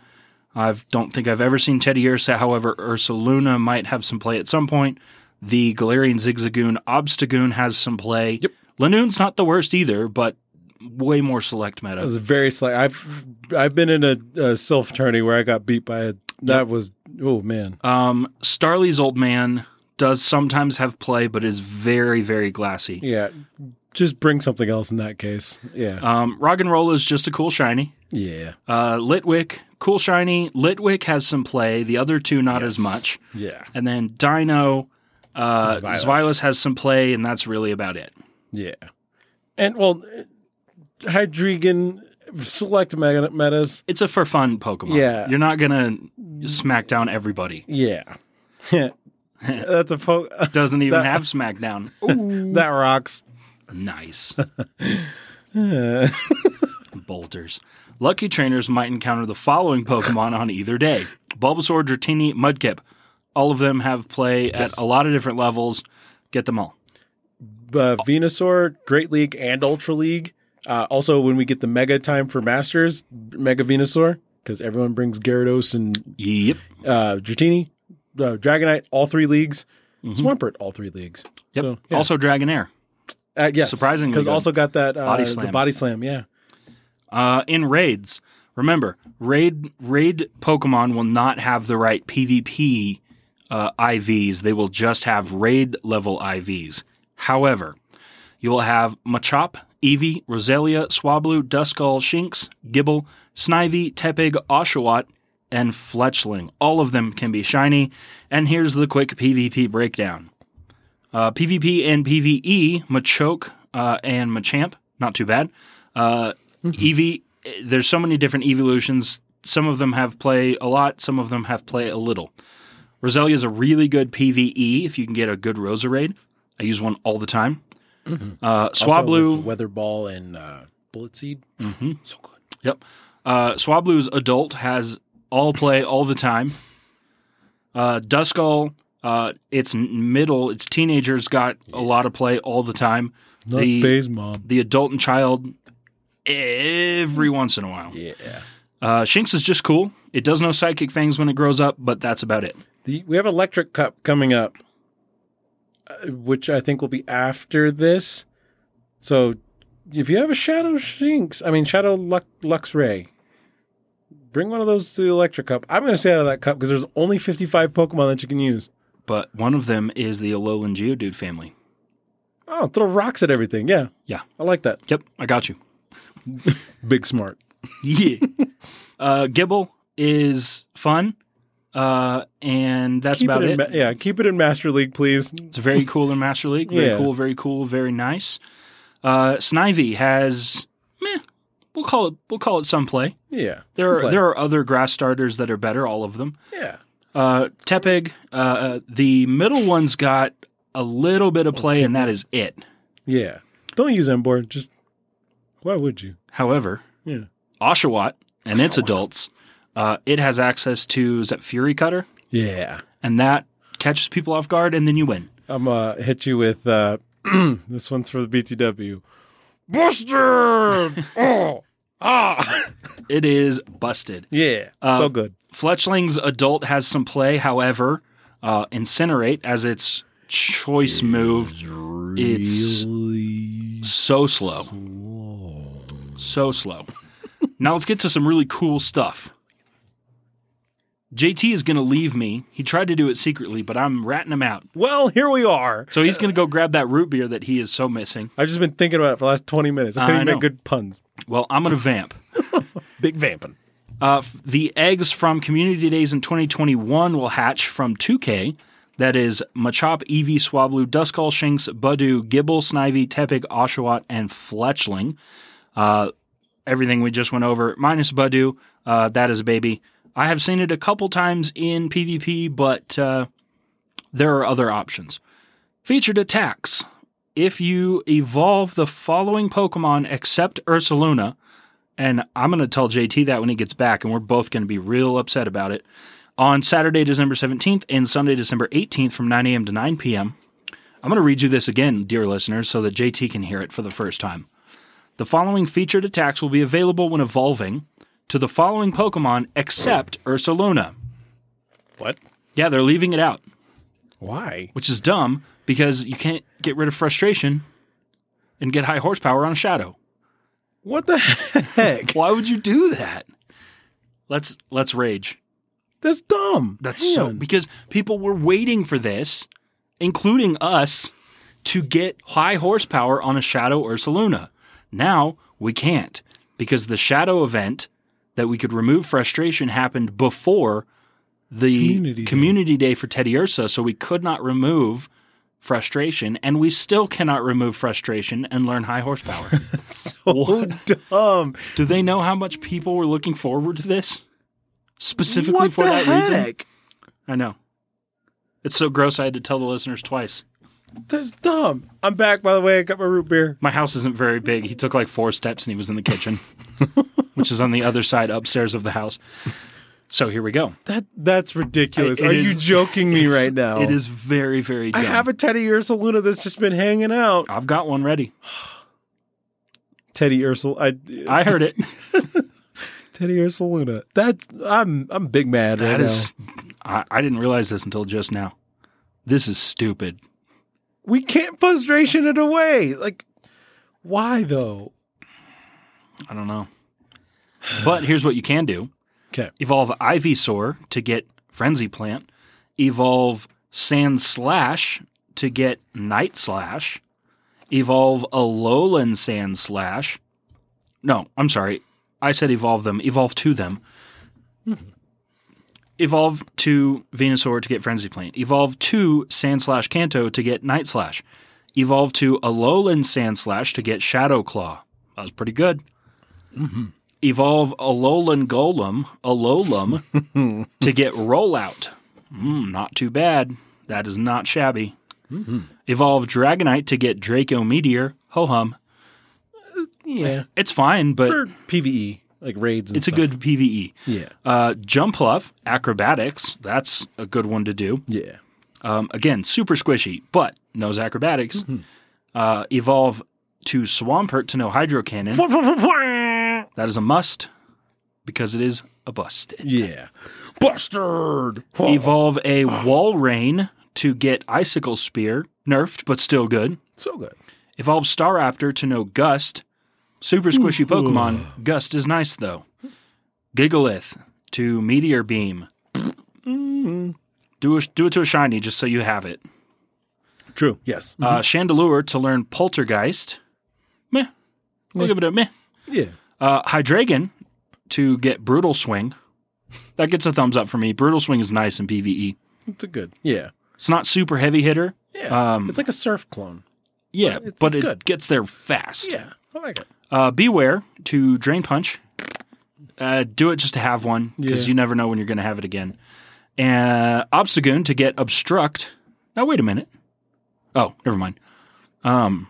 S1: I don't think I've ever seen Teddy Ursa. However, Ursa Luna might have some play at some point. The Galarian Zigzagoon, Obstagoon has some play. Yep. Lanoon's not the worst either, but way more select
S2: It
S1: meta.
S2: was very slight. I've I've been in a, a self tourney where I got beat by a that was oh man.
S1: Um, Starly's old man does sometimes have play, but is very, very glassy.
S2: Yeah. Just bring something else in that case. Yeah.
S1: Um, Rock and Roll is just a cool shiny.
S2: yeah.
S1: Uh, Litwick, cool shiny. Litwick has some play. The other two not as
S2: Yes.
S1: much.
S2: Yeah.
S1: And then Dino, uh,
S2: Zweilis.
S1: Zweilis has some play, and that's really about it.
S2: Yeah. And well, Hydreigon select mega metas.
S1: It's a for fun Pokemon.
S2: Yeah.
S1: you're not gonna smack down everybody.
S2: Yeah. That's a po-
S1: Doesn't even
S2: That-
S1: have Smackdown. Ooh,
S2: that rocks.
S1: nice
S2: Uh,
S1: bolters. Lucky trainers might encounter the following Pokemon on either day: Bulbasaur, Dratini, Mudkip. All of them have play
S2: Yes.
S1: at a lot of different levels. Get them all.
S2: uh, Venusaur, Great League, and Ultra League. Uh, also, when we get the Mega time for Masters, Mega Venusaur, because everyone brings Gyarados and
S1: Yep.
S2: uh, Dratini, uh, Dragonite, all three leagues. Swampert, all three leagues.
S1: Mm-hmm. Yep.
S2: So, yeah.
S1: Also, Dragonair.
S2: uh, yes,
S1: surprisingly
S2: because
S1: good.
S2: also got that uh,
S1: Body
S2: the
S1: Slam.
S2: body slam. Yeah,
S1: Uh, in raids, remember raid raid Pokemon will not have the right PvP uh, IVs. They will just have raid level IVs. However, you will have Machop, Eevee, Roselia, Swablu, Duskull, Shinx, Gibble, Snivy, Tepig, Oshawott, and Fletchling. All of them can be shiny. And here's the quick PvP breakdown. Uh, PvP and PvE, Machoke uh, and Machamp, not too bad. Uh,
S2: Mm-hmm.
S1: Eevee, eh, there's so many different evolutions. Some of them have play a lot, some of them have play a little. Roselia is a really good PvE if you can get a good Roserade. I use one all the time. Uh,
S2: Mm-hmm. Also with
S1: Swablu,
S2: weather ball, and uh, bullet seed.
S1: Mm-hmm.
S2: So good.
S1: Yep. Uh, Swablu's adult has all play all the time. Uh, Duskull, uh, its middle, its teenager's got a lot of play all the time.
S2: Not
S1: The-
S2: phase mom.
S1: The adult and child, every once in a while.
S2: Yeah.
S1: Uh, Shinx is just cool. It does no psychic fangs when it grows up, but that's about it.
S2: The, we have electric cup coming up, uh, which I think will be after this. So, if you have a shadow Shinx, I mean shadow Lux, Lux Ray, bring one of those to the electric cup. I'm going to stay out of that cup because there's only 55 Pokemon that you can use.
S1: But one of them is the Alolan Geodude family.
S2: Oh, throw rocks at everything. Yeah,
S1: Yeah.
S2: I like that.
S1: Yep, I got you.
S2: Big smart.
S1: Yeah. uh, Gibble is fun, uh, and that's
S2: Keep
S1: about
S2: it,
S1: it.
S2: in ma- yeah, keep it in Master League, please.
S1: It's very cool in Master League. Very
S2: Yeah.
S1: cool, very cool, very nice. Uh, Snivy has meh. We'll call it we'll call it some play.
S2: Yeah,
S1: There are
S2: Simplay.
S1: there are other grass starters that are better, all of them.
S2: yeah.
S1: Uh, Tepig, uh, the middle one's got a little bit of play, and that is it.
S2: Yeah. Don't use Ember. Just why would you?
S1: However,
S2: Yeah.
S1: Oshawott and its adults, uh, it has access to is that Fury Cutter,
S2: Yeah.
S1: and that catches people off guard, and then you win.
S2: I'm uh hit you with uh this one's for the BTW. Buster. oh. Ah. Um,
S1: It is busted.
S2: Yeah. so good.
S1: Fletchling's adult has some play, however, uh, incinerate as its choice move. It's so slow. So slow. now let's get to some really cool stuff. JT is going to leave me. He tried to do it secretly, but I'm ratting him out.
S2: Well, here we are.
S1: So he's going to go grab that root beer that he is so missing.
S2: I've just been thinking about it for the last 20 minutes. I couldn't
S1: I
S2: even
S1: know.
S2: make good puns.
S1: Well, I'm going to vamp.
S2: Big vamping.
S1: Uh, f- the eggs from Community Days in 2021 will hatch from 2K. That is Machop, Eevee, Swablu, Duskull, Shinx, Badu, Gibble, Snivy, Tepig, Oshawott, and Fletchling. Uh, everything we just went over, minus Badu. Uh, that is a baby. I have seen it a couple times in PvP, but uh, there are other options. Featured attacks. If you evolve the following Pokemon except Ursaluna, and I'm going to tell JT that when he gets back, and we're both going to be real upset about it. On Saturday, December 17th, and Sunday, December 18th, from 9 a.m. to 9 p.m., I'm going to read you this again, dear listeners, so that JT can hear it for the first time. The following featured attacks will be available when evolving to the following Pokemon except Ursaluna.
S2: What?
S1: Yeah, they're leaving it out,
S2: Why?
S1: which is dumb because you can't get rid of frustration and get high horsepower on a shadow.
S2: What the heck?
S1: Why would you do that? Let's let's rage.
S2: That's dumb.
S1: That's so
S2: Man.
S1: because people were waiting for this, including us, to get high horsepower on a Shadow Ursaluna. Now we can't because the Shadow event that we could remove frustration happened before the
S2: Community
S1: community,
S2: Day.
S1: day. for Teddy Ursa, so we could not remove frustration, and we still cannot remove frustration and learn high horsepower.
S2: so dumb.
S1: Do they know how much people were looking forward to this specifically
S2: What
S1: for
S2: the
S1: that reason?
S2: heck?
S1: I know. It's so gross. I had to tell the listeners twice.
S2: That's dumb. I'm back, by the way. I got my root beer.
S1: My house isn't very big. He took like four steps and he was in the kitchen, which is on the other side upstairs of the house. So here we go.
S2: That that's ridiculous.
S1: It
S2: Are
S1: is-
S2: you joking me
S1: It's-
S2: right now?
S1: It is very, very
S2: I
S1: dumb.
S2: have a Teddy Ursula Luna that's just been hanging out.
S1: I've got one ready.
S2: Teddy Ursula, I,
S1: I heard it.
S2: Teddy Ursula Luna. That's I'm I'm big mad right
S1: That
S2: now.
S1: is, I, I didn't realize this until just now. This is stupid.
S2: We can't frustration it away. Like, why though?
S1: I don't know. But here's what you can do.
S2: 'Kay.
S1: Evolve Ivysaur to get Frenzy Plant. Evolve Sand Slash to get Night Slash. Evolve Alolan Sand Slash. No, I'm sorry. I said evolve them. Evolve to them. Evolve to Venusaur to get Frenzy Plant. Evolve to Sand Slash Kanto to get Night Slash. Evolve to Alolan Sand Slash to get Shadow Claw. That was pretty good evolve Alolan Golem, Alolum, to get Rollout. Mm, not too bad. That is not shabby. Evolve Dragonite to get Draco Meteor. Ho hum.
S2: Yeah,
S1: It's fine, but
S2: for PVE like raids. And
S1: it's a good PVE.
S2: yeah,
S1: Uh, Jumpluff, Acrobatics. That's a good one to do.
S2: yeah.
S1: Um, again, super squishy, but knows acrobatics. Uh, evolve to Swampert to know Hydro Cannon. That is a must because it is a bust.
S2: Yeah, bastard.
S1: evolve a wall rain to get icicle spear nerfed but still good
S2: So good.
S1: evolve staraptor to know gust super squishy pokemon gust is nice though gigalith to meteor beam do, a, do it to a shiny just so you have it
S2: True. Yes.
S1: uh, chandelure to learn poltergeist meh we'll give it a meh
S2: yeah.
S1: uh, Hydreigon to get brutal swing that gets a thumbs up for me brutal swing is nice in pve
S2: It's a good. Yeah.
S1: it's not super heavy hitter
S2: Yeah.
S1: Um,
S2: it's like a surf clone.
S1: Yeah,
S2: But it's-
S1: but
S2: it's
S1: it
S2: good.
S1: gets there fast.
S2: Yeah. I like it.
S1: Uh, beware to drain punch. Uh, do it just to have one because
S2: Yeah.
S1: you never know when you're going to have it again. And uh, Obstagoon to get obstruct. Now wait a minute. Oh, never mind. Um,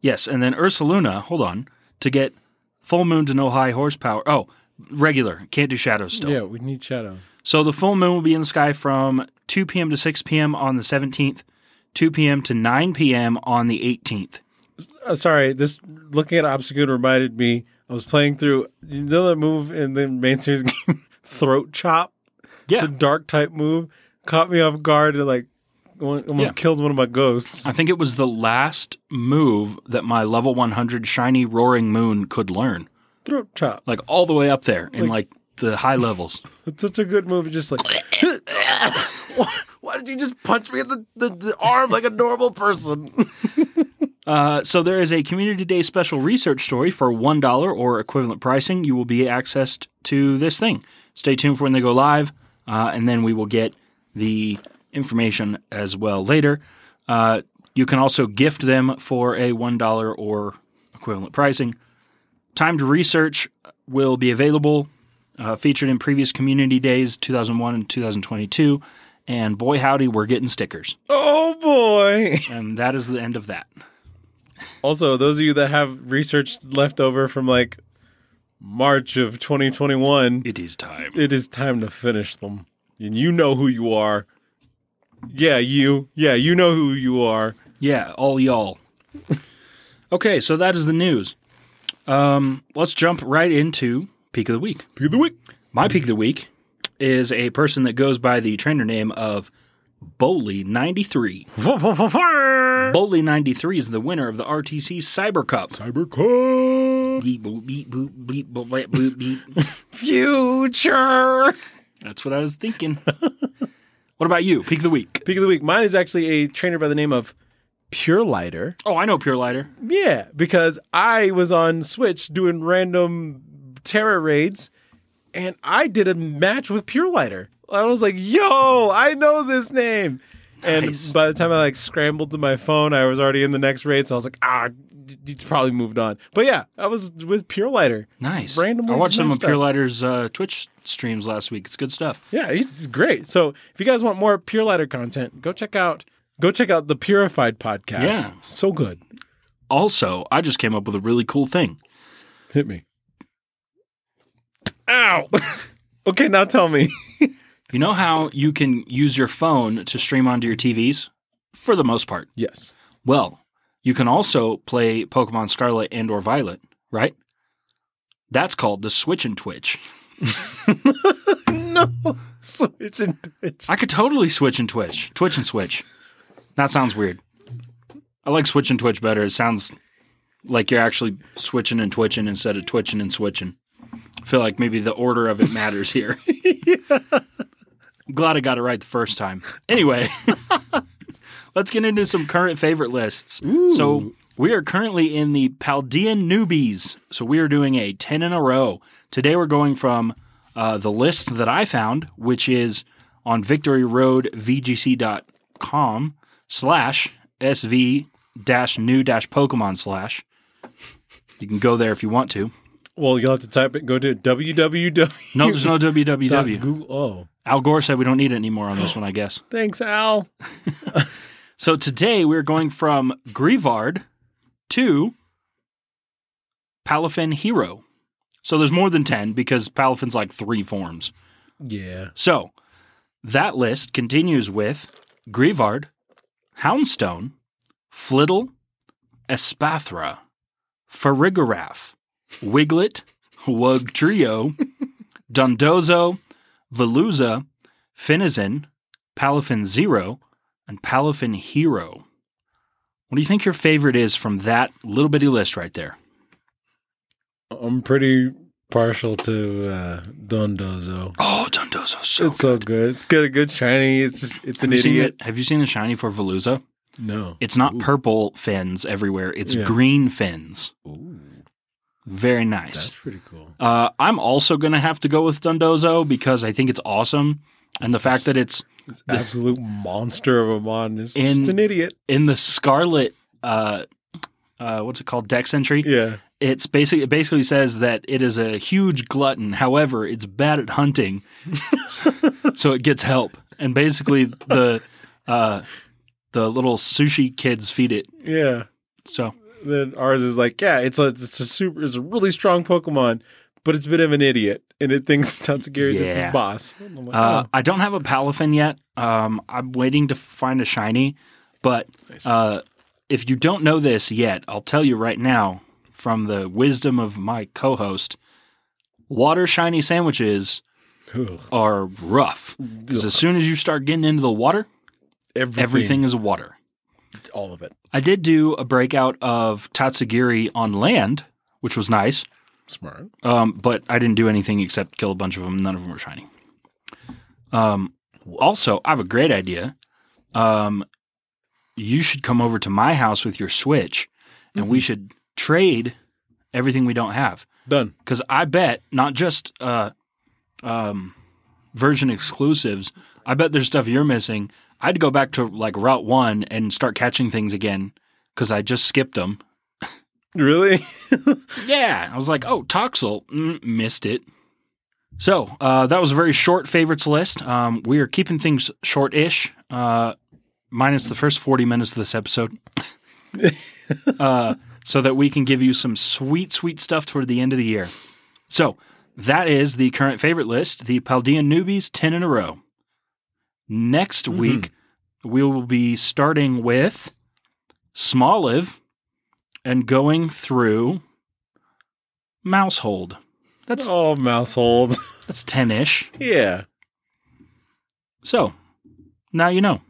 S1: yes, and then Ursaluna. Hold on to get full moon to no high horsepower. Oh, regular can't do shadows still.
S2: Yeah, we need shadows.
S1: So the full moon will be in the sky from 2 p.m. to 6 p.m. on the 17th, 2 p.m. to 9 p.m. on the 18th.
S2: uh, sorry, this looking at Obstagoon reminded me. I was playing through you know that move in the main series game, Throat Chop.
S1: Yeah.
S2: It's a dark type move. Caught me off guard and like one- almost
S1: Yeah.
S2: killed one of my ghosts.
S1: I think it was the last move that my level 100 shiny roaring moon could learn,
S2: Throat Chop.
S1: like all the way up there in like the high levels.
S2: It's such a good move. It's just like. Why- Why did you just punch me in the, the, the arm like a normal person?
S1: Uh, so there is a community day special research story for one dollar or equivalent pricing. You will be accessed to this thing. Stay tuned for when they go live, uh, and then we will get the information as well later. Uh, you can also gift them for a one dollar or equivalent pricing. Timed research will be available, uh, featured in previous community days 2001 and 2022. And boy, howdy, we're getting stickers.
S2: oh boy.
S1: And that is the end of that.
S2: Also, those of you that have research left over from like March of 2021,
S1: It is time.
S2: it is time to finish them. And you know who you are. Yeah, you. Yeah, you know who you are.
S1: Yeah, all y'all. okay, so that is the news. Um, let's jump right into peak of the week.
S2: Pick of the week.
S1: My peak of the week is a person that goes by the trainer name of Bowley93. Bowley93 is the winner of the RTC Cyber Cup.
S2: Cybercom
S1: Beep, boop, beep, boop, bleep, boop, blap, boop, beep.
S2: Future.
S1: That's what I was thinking. what about you? Peak of the week.
S2: Pick of the week. Mine is actually a trainer by the name of Pure Lighter.
S1: Oh, I know Pure Lighter.
S2: Yeah, because I was on Switch doing random Terra raids, and I did a match with Pure Lighter. I was like, "Yo, I know this name."
S1: Nice.
S2: And by the time I like scrambled to my phone, I was already in the next raid. So I was like, "Ah, d- it's probably moved on." But yeah, I was with Pure Lighter.
S1: Nice.
S2: Randomly
S1: I watched some of
S2: smashed up.
S1: Pure Lighter's uh, Twitch streams last week. It's good stuff.
S2: Yeah, he's great. So if you guys want more Pure Lighter content, go check out go check out the Purified podcast.
S1: Yeah.
S2: so good.
S1: Also, I just came up with a really cool thing.
S2: Hit me. Ow. okay, now tell me.
S1: You know how you can use your phone to stream onto your TVs? For the most part.
S2: Yes.
S1: Well, you can also play Pokemon Scarlet and or Violet, right? That's called the Switch and Twitch.
S2: No. Switch and Twitch.
S1: I could totally switch and twitch. Twitch and switch. That sounds weird. I like switch and twitch better. It sounds like you're actually switching and twitching instead of twitching and switching. I feel like maybe the order of it matters here. I'm glad I got it right the first time. Anyway, let's get into some current favorite lists. So we are currently in the Paldean newbies. So we are doing a 10 in a row. Today we're going from uh, the list that I found, which is on victoryroadvgc.com slash sv dash new dash Pokemon slash. You can go there if you want to.
S2: Well, you'll have to type it. Go to www.
S1: No, there's no www.
S2: Google. Oh,
S1: Al Gore said we don't need it anymore on this one, I guess.
S2: thanks, Al.
S1: So today we're going from Grievard to Palafin Hero. So there's more than 10 because Palafin's like three forms.
S2: Yeah.
S1: So that list continues with Grievard, Houndstone, Flittle, Espathra, Farigaraff, Wiglet, Wug Trio, Dondozo, Veluza, Finizen, Palafin Zero, and Palafin Hero. What do you think your favorite is from that little bitty list right there?
S2: I'm pretty partial to uh, Dondozo.
S1: Oh, Dondozo's so
S2: it's so good. It's got a good shiny. It's just it's an
S1: have, you seen
S2: idiot.
S1: the, have you seen the shiny for Veluza?
S2: No.
S1: It's not purple fins everywhere. It's
S2: Yeah.
S1: green fins.
S2: Ooh,
S1: Very nice.
S2: pretty cool.
S1: Uh, I'm also going to have to go with Dundozo because I think it's awesome. And the fact that it's
S2: This absolute monster of a mon is
S1: In-
S2: just an idiot.
S1: in the Scarlet, uh, uh, what's it called, Dex entry,
S2: Yeah.
S1: it's basically, it basically says that it is a huge glutton. However, it's bad at hunting. so it gets help. And basically, the, uh, the little sushi kids feed it.
S2: Yeah.
S1: So
S2: Then ours is like, yeah, it's a it's a super it's a really strong Pokemon, but it's a bit of an idiot and it thinks Tatsugiris is
S1: Yeah.
S2: its boss. And I'm like,
S1: Uh,
S2: oh,
S1: I don't have a Palafin yet. Um, I'm waiting to find a shiny, but
S2: Nice.
S1: uh, if you don't know this yet, I'll tell you right now from the wisdom of my co-host. Water shiny sandwiches
S2: ugh.
S1: are rough because as soon as you start getting into the water,
S2: everything,
S1: everything is water.
S2: all of it.
S1: I did do a breakout of Tatsugiri on land, which was nice.
S2: Smart.
S1: Um, but I didn't do anything except kill a bunch of them. None of them were shiny. Um, also, I have a great idea. Um, you should come over to my house with your Switch, and we should trade everything we don't have.
S2: Done.
S1: Because I bet not just uh, um, version exclusives. I bet there's stuff you're missing. I'd go back to like Route One and start catching things again because I just skipped them.
S2: Really?
S1: Yeah, I was like, oh, Toxel, mm, missed it. So uh, that was a very short favorites list. Um, we are keeping things short-ish, uh, minus the first forty minutes of this episode, uh, so that we can give you some sweet, sweet stuff toward the end of the year. So that is the current favorite list: the Paldean newbies, ten in a row. Next week, we will be starting with Smoliv and going through Mousehold. That's
S2: oh, mousehold.
S1: that's ten ish.
S2: yeah.
S1: So now you know.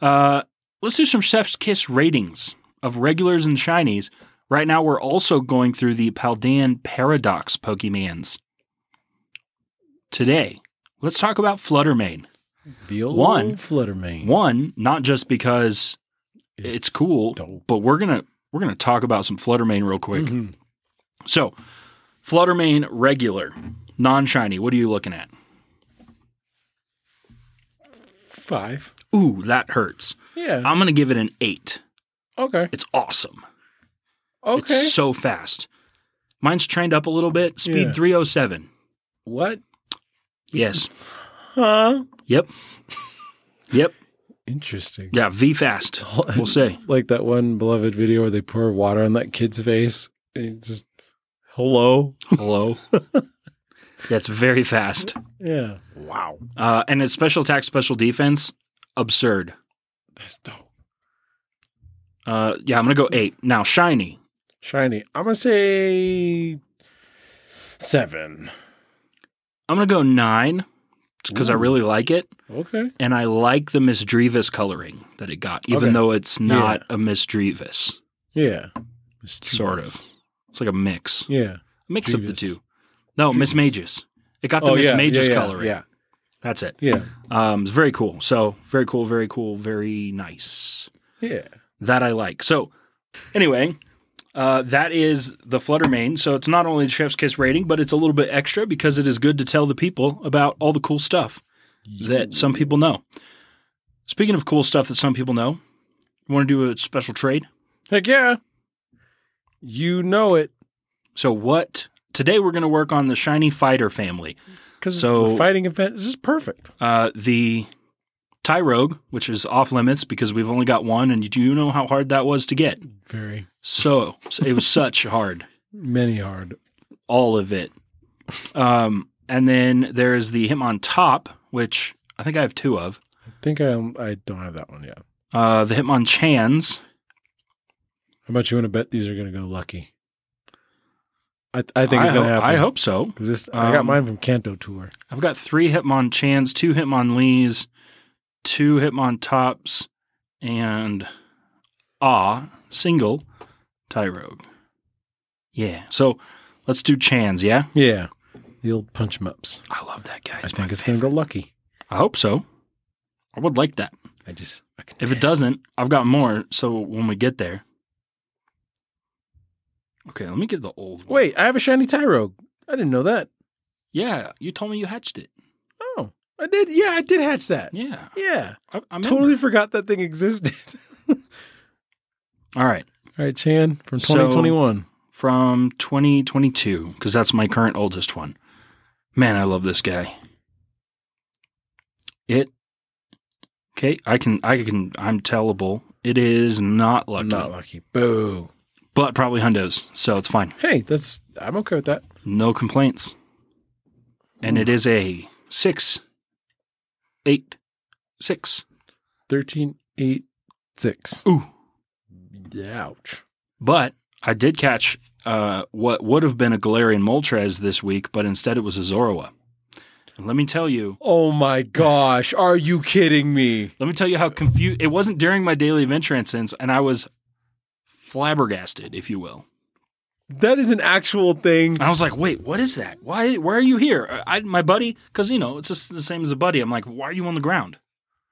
S1: Uh, let's do some Chef's Kiss ratings of regulars and shinies. Right now, we're also going through the Paldean Paradox Pokemans. Today, let's talk about Fluttermane.
S2: The old
S1: One.
S2: Fluttermane.
S1: One, not just because it's, cool,
S2: dope. Mm-hmm.
S1: but we're gonna we're gonna talk about some Fluttermane real quick.
S2: Mhm.
S1: So, Fluttermane regular, non shiny. What are you looking at?
S2: Five.
S1: Ooh, that hurts.
S2: Yeah.
S1: I'm gonna give it an eight.
S2: okay.
S1: It's awesome.
S2: Okay.
S1: It's so fast. Mine's trained up a little bit. Speed
S2: Yeah.
S1: 307.
S2: what?
S1: Yes.
S2: Huh?
S1: Yep. Yep.
S2: Interesting.
S1: Yeah. V fast. We'll say.
S2: Like that one beloved video where they pour water on that kid's face and it just hello.
S1: Hello. That's very fast.
S2: Yeah. Wow.
S1: Uh, and its special attack, special defense, absurd.
S2: That's dope.
S1: Uh, yeah, I'm gonna go eight. Now shiny.
S2: Shiny. I'm gonna say seven.
S1: I'm gonna go nine because I
S2: Ooh.
S1: really like it,
S2: Okay.
S1: and I like the Miss Drevis coloring that it got, even
S2: Okay.
S1: though it's not a Miss Drevis.
S2: Yeah.
S1: Sort of. It's like a mix.
S2: Yeah.
S1: mix of the
S2: Drevis.
S1: two. No, Miss
S2: Drevis.
S1: Mages. It got the Miss Mages coloring.
S2: Oh, Yeah.
S1: That's it.
S2: Yeah.
S1: Um, it's very cool. So very cool, very cool, very nice.
S2: Yeah.
S1: That I like. So anyway, uh, that is the Flutter main. So it's not only the Chef's Kiss rating, but it's a little bit extra because it is good to tell the people about all the cool stuff that some people know. Speaking of cool stuff that some people know, want to do a special trade?
S2: Heck yeah. You know it.
S1: So what? Today we're going to work on the Shiny Fighter family.
S2: Because
S1: So-
S2: the fighting event this is perfect.
S1: Uh, the Tyrogue, which is off limits because we've only got one, and you do know how hard that was to get.
S2: Very
S1: So, so it was such hard,
S2: many hard.
S1: all of it. Um, and then there is the him on top, which I think I have two of.
S2: I think I I don't have that one yet.
S1: Uh, the Hitmonchan's. Chans.
S2: How much you want to bet these are going to go lucky? I I think it's
S1: ho-
S2: going to happen.
S1: I hope so.
S2: because this I got
S1: Um,
S2: mine from Canto Tour.
S1: I've got three Hitmonchan's, two Hitmonlees, two Hitmon tops, and ah single Tyrogue. Yeah. So let's do Chans. Yeah,
S2: Yeah, the old punch 'em ups.
S1: I love that guy.
S2: I
S1: It's
S2: think
S1: my
S2: it's going to go lucky.
S1: favorite. I hope so. I would like that.
S2: I just I can
S1: If it doesn't, I've got more. So when we get there, okay. Let me get the old one.
S2: Wait, I have a shiny Tyrogue. I didn't know that.
S1: Yeah, you told me you hatched it.
S2: Oh, I did. Yeah, I did hatch that.
S1: Yeah,
S2: Yeah,
S1: I, I
S2: totally forgot that thing existed.
S1: All right.
S2: All right, Chan from
S1: So-
S2: 2021.
S1: from 2022 because that's my current oldest one. Man, I love this guy. It okay. I can I can I'm tellable. It is not lucky,
S2: Not lucky. Boo.
S1: but probably hundos, so it's fine.
S2: Hey, that's I'm okay with that.
S1: No complaints. And it is a six, eight, six.
S2: Thirteen eight six.
S1: Ooh,
S2: Ouch.
S1: but I did catch uh, what would have been a Galarian Moltres this week, but instead it was a Zorua. And let me tell you,
S2: Oh my gosh! Are you kidding me?
S1: Let me tell you how confused it wasn't during my daily adventure instance, and I was flabbergasted, if you will.
S2: That is an actual thing.
S1: And I was like, "Wait, what is that? Why? Where are you here? Uh, I, my buddy, because you know it's just the same as a buddy. I'm like, why are you on the ground?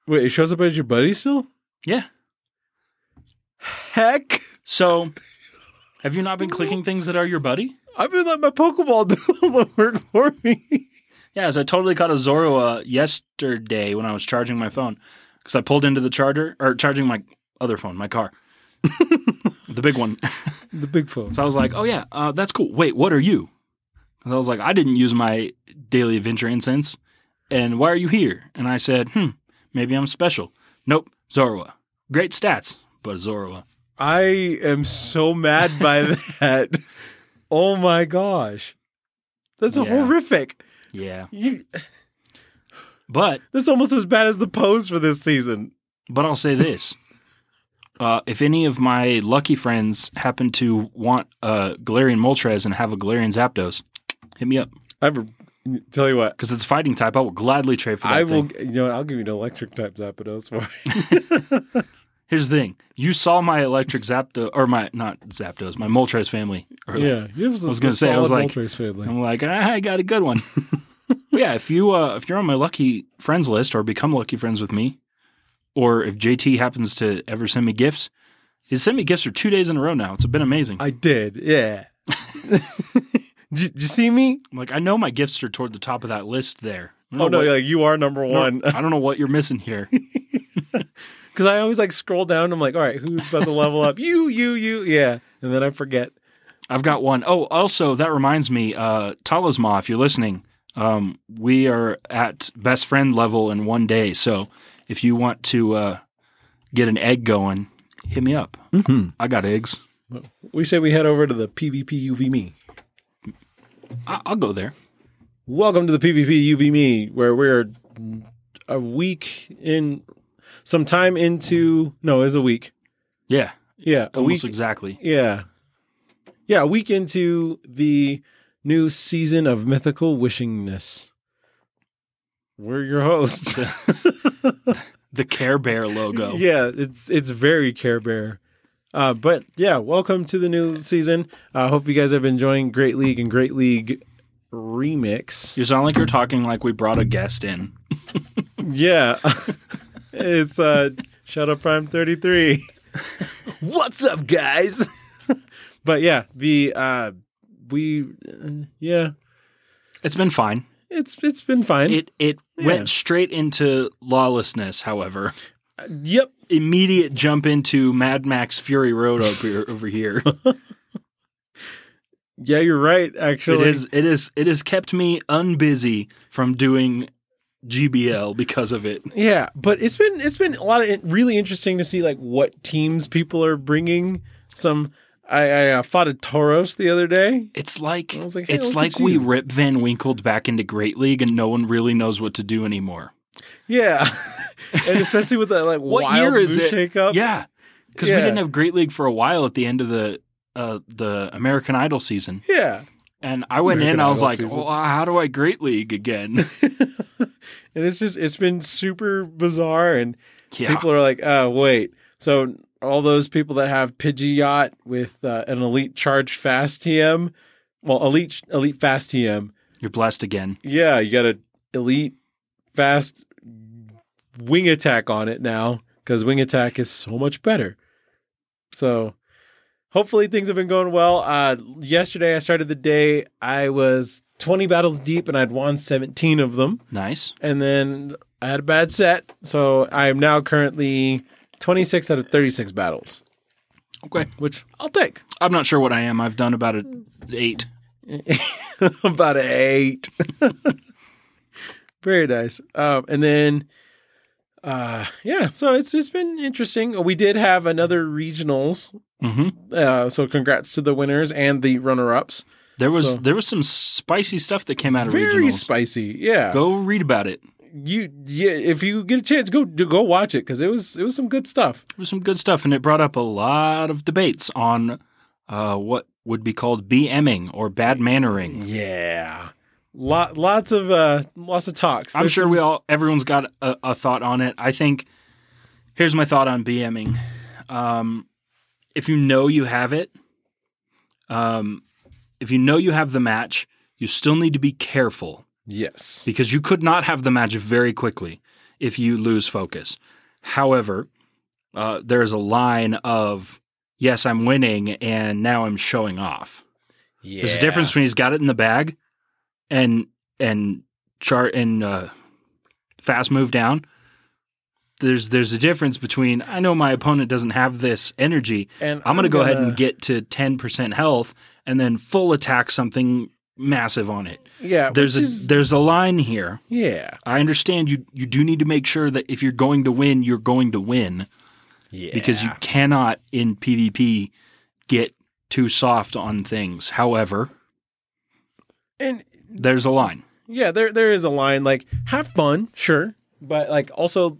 S2: Wait, it shows up as your buddy still?
S1: Yeah.
S2: Heck!
S1: So, have you not been clicking things that are your buddy?
S2: I've been letting my Pokeball do all the work for me.
S1: Yeah, as I totally caught a Zorua yesterday when I was charging my phone because I pulled into the charger or charging my other phone, my car, the big one.
S2: The big phone.
S1: So I was like, oh yeah, uh, that's cool. Wait, what are you? And I was like, I didn't use my daily adventure incense. And why are you here? And I said, hmm, maybe I'm special. Nope, Zorua. Great stats, but Zorua.
S2: I am so mad by that. oh my gosh. That's
S1: Yeah.
S2: horrific.
S1: Yeah.
S2: You,
S1: But
S2: that's almost as bad as the pose for this season.
S1: but I'll say this. Uh, if any of my lucky friends happen to want a Galarian Moltres and have a Galarian Zapdos, hit me up.
S2: I have a, tell you what.
S1: Because it's a fighting type. I will gladly trade for that
S2: I
S1: thing.
S2: will, you know, what, I'll give you an electric type Zapdos for it.
S1: Here's the thing. You saw my electric Zapdos, or my, not Zapdos, my Moltres family earlier.
S2: yeah, you have some,
S1: was gonna say, I was
S2: solid
S1: like-
S2: Moltres family.
S1: I'm like, ah, I got a good one. but yeah, if you uh, if you're on my lucky friends list or become lucky friends with me, or if JT happens to ever send me gifts, he's sent me gifts for two days in a row now. It's been amazing.
S2: I did, yeah. Did you see me?
S1: I'm like, I know my gifts are toward the top of that list there. I
S2: Oh
S1: don't
S2: no,
S1: know what-
S2: like you are number one.
S1: I don't know what you're missing here.
S2: Because I always like scroll down. I'm like, all right, who's about to level up? You, you, you. Yeah, and then I forget.
S1: I've got one. Oh, also that reminds me, uh, Talosma, if you're listening, um, we are at best friend level in one day. So if you want to uh, get an egg going, hit me up.
S2: Mm-hmm.
S1: I got eggs.
S2: We say we head over to the PvP UV me.
S1: I- I'll go there.
S2: Welcome to the PvP UV me, where we're a week in, some time into. No, it's a week.
S1: Yeah,
S2: Yeah, a
S1: almost
S2: week.
S1: exactly.
S2: Yeah, yeah, a week into the new season of Mythical Wishingness. We're your hosts.
S1: The Care Bear logo.
S2: Yeah, it's it's very Care Bear. Uh, but yeah, welcome to the new season. I hope you guys have been enjoying Great League and Great League Remix.
S1: You sound like you're talking like we brought a guest in.
S2: Yeah, it's uh, Shadow Prime Thirty Three. What's up, guys? but yeah, the uh, we uh, yeah,
S1: It's been fine.
S2: it's it's been fine.
S1: It it
S2: Yeah.
S1: went straight into lawlessness, however.
S2: yep,
S1: Immediate jump into Mad Max Fury Road over here, over here.
S2: yeah, you're right. Actually,
S1: It is. It is. It has kept me unbusy from doing GBL because of it.
S2: Yeah, but it's been it's been a lot of really interesting to see like what teams people are bringing. Some I, I uh, fought a Toros the other day.
S1: It's like,
S2: I was like, hey,
S1: it's
S2: look
S1: like
S2: at
S1: we
S2: you.
S1: rip Van Winkled back into Great League, and no one really knows what to do anymore.
S2: Yeah, and especially with that like
S1: What
S2: wild
S1: year is it?
S2: moose shakeup.
S1: yeah, because
S2: Yeah.
S1: we didn't have Great League for a while at the end of the uh, the American Idol season,
S2: yeah,
S1: and I went
S2: American
S1: in. I was
S2: Idol
S1: like,
S2: season.
S1: well, how do I Great League again?
S2: and it's just it's been super bizarre, and
S1: yeah,
S2: people are like, oh wait, so all those people that have Pidgeot with uh, an elite charge fast TM, well elite elite fast TM,
S1: you're blessed again.
S2: Yeah, you got a elite fast wing attack on it now because wing attack is so much better. So hopefully things have been going well. Uh, yesterday I started the day. I was 20 battles deep and I'd won 17 of them.
S1: Nice.
S2: And then I had a bad set. So I am now currently 26 out of 36 battles,
S1: Okay,
S2: which I'll take.
S1: I'm not sure what I am. I've done about a eight.
S2: about an eight. Very nice. Um, and then, uh, yeah. So it's it's been interesting. We did have another regionals.
S1: Mm-hmm.
S2: Uh, so congrats to the winners and the runner ups.
S1: There was
S2: So-
S1: there was some spicy stuff that came out of
S2: Very
S1: regionals.
S2: spicy. Yeah.
S1: Go read about it.
S2: You yeah. If you get a chance, go do- go watch it because it was it was some good stuff.
S1: There was some good stuff, and it brought up a lot of debates on uh, what would be called BMing or bad mannering.
S2: Yeah. Lot lots of uh lots of talks.
S1: I'm
S2: There's
S1: sure
S2: some-
S1: we all everyone's got a, a thought on it. I think here's my thought on BMing. Um, if you know you have it, um, if you know you have the match, you still need to be careful
S2: yes.
S1: because you could not have the match very quickly if you lose focus. However, uh, there is a line of yes, I'm winning, and now I'm showing off.
S2: Yeah.
S1: There's a difference when he's got it in the bag, and and chart and uh, fast move down. There's there's a difference between I know my opponent doesn't have this energy.
S2: And
S1: I'm gonna go ahead
S2: gonna-
S1: and get to 10% health, and then full attack something massive on it.
S2: yeah.
S1: There's
S2: Uh, which
S1: a
S2: is-
S1: there's a line here.
S2: yeah
S1: I understand you you do need to make sure that if you're going to win, you're going to win
S2: yeah
S1: because you cannot in PvP get too soft on things. However,
S2: and
S1: there's a line.
S2: yeah, there there is a line like have fun, sure, but like also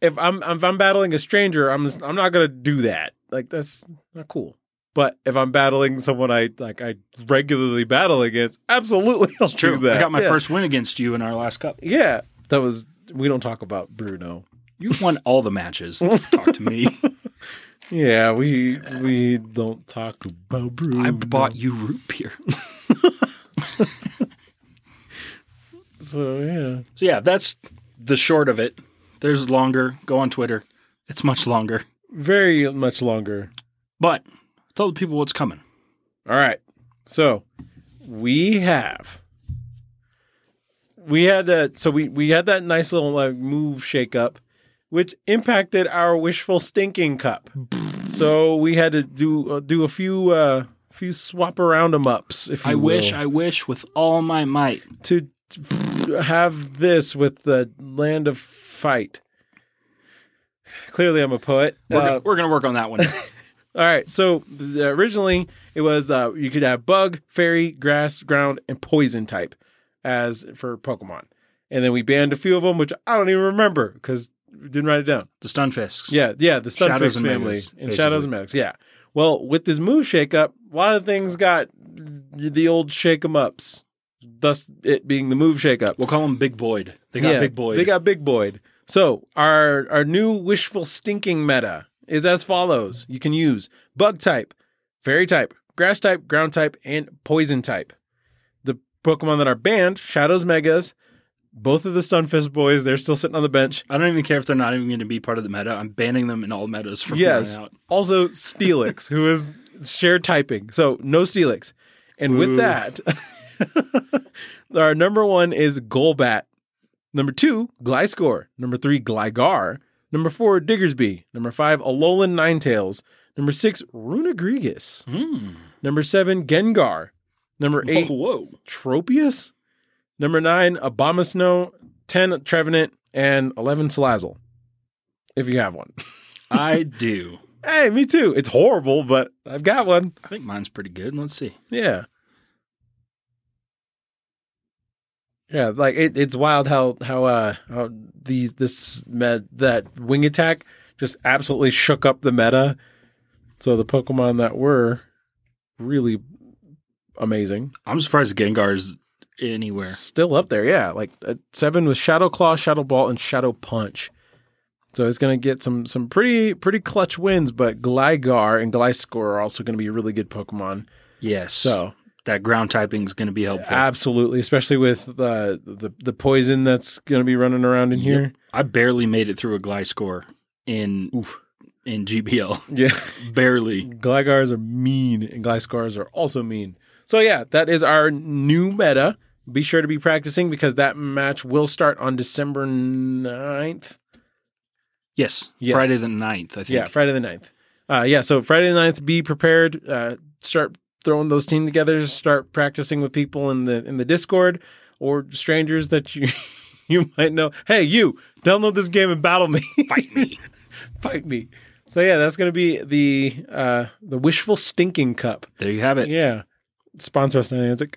S2: if I'm if I'm battling a stranger, I'm I'm not gonna do that. Like that's not cool. But if I'm battling someone I like I regularly battle against, absolutely I'll do that.
S1: I got my
S2: yeah.
S1: first win against you in our last cup.
S2: Yeah, that was we don't talk about Bruno.
S1: You've won all the matches. Don't Talk to me.
S2: Yeah, we we don't talk about Bruno.
S1: I bought you root beer.
S2: so yeah.
S1: So yeah, that's the short of it. There's longer. Go on Twitter. It's much longer.
S2: Very much longer.
S1: But tell the people what's coming.
S2: All right. So we have we had that so we we had that nice little like move shake up which impacted our wishful stinking cup so we had to do uh, do a few uh few swap around em ups if you
S1: I wish,
S2: will,
S1: I wish with all my might.
S2: to have this with the land of fight clearly i'm a poet
S1: We're,
S2: Uh,
S1: gonna, we're gonna work on that one.
S2: all right. So the, originally, it was uh, you could have bug, fairy, grass, ground, and poison type as for Pokemon. And then we banned a few of them, which I don't even remember because we didn't write it down.
S1: the Stunfisks.
S2: Yeah, yeah, the
S1: Shadows
S2: Stunfisk
S1: and
S2: family
S1: Megas,
S2: and Shadows and Megas. Yeah. Well, with this move shakeup, a lot of things got the old shake 'em ups. Thus, it being the move shakeup.
S1: We'll call them Big Boyd. They got
S2: Yeah,
S1: Big Boyd.
S2: They got Big Boyd. So our our new wishful stinking meta is as follows. You can use bug type, fairy type, grass type, ground type, and poison type. The Pokemon that are banned, Shadows Megas, both of the Stunfisk boys, they're still sitting on the bench.
S1: I don't even care if they're not even going to be part of the meta. I'm banning them in all metas from
S2: Yes.
S1: here on out.
S2: Also Steelix, who is shared typing. So no Steelix. And
S1: Ooh.
S2: with that, our number one is Golbat. Number two, Gliscor. Number three, Gligar. Number four, Diggersby. Number five, Alolan Ninetails. Number six, Runagrigus.
S1: Mm.
S2: Number seven, Gengar. Number eight,
S1: Oh, whoa.
S2: Tropius. Number nine, Abomasnow. Ten, Trevenant. And eleven, Salazzle. If you have one.
S1: I do.
S2: Hey, me too. It's horrible, but I've got one.
S1: I think mine's pretty good. Let's see.
S2: Yeah. Yeah, like it, it's wild how how uh how these this med that wing attack just absolutely shook up the meta. So the Pokemon that were really amazing
S1: I'm surprised Gengar's anywhere.
S2: still up there. Yeah, like at seven with Shadow Claw, Shadow Ball, and Shadow Punch. So it's gonna get some some pretty pretty clutch wins. But Gligar and Gliscor are also gonna be really good Pokemon.
S1: Yes.
S2: So
S1: that ground typing is going to be helpful.
S2: Absolutely, especially with the the, the poison that's going to be running around in
S1: Yep.
S2: here.
S1: I barely made it through a Gly score in in GBL.
S2: Yeah,
S1: barely.
S2: Glygars are mean, and Gliscars are also mean. So yeah, that is our new meta. Be sure to be practicing because that match will start on December 9th.
S1: Yes.
S2: Yes.
S1: Friday the 9th, I think.
S2: Yeah, Friday the 9th. Uh, yeah, so Friday the 9th, be prepared. Uh, start throwing those team together. Start practicing with people in the in the Discord or strangers that you you might know. Hey, you, download this game and battle me.
S1: Fight me.
S2: Fight me. So yeah, that's gonna be the uh, the wishful stinking cup.
S1: There you have it.
S2: Yeah, sponsor us, Niantic.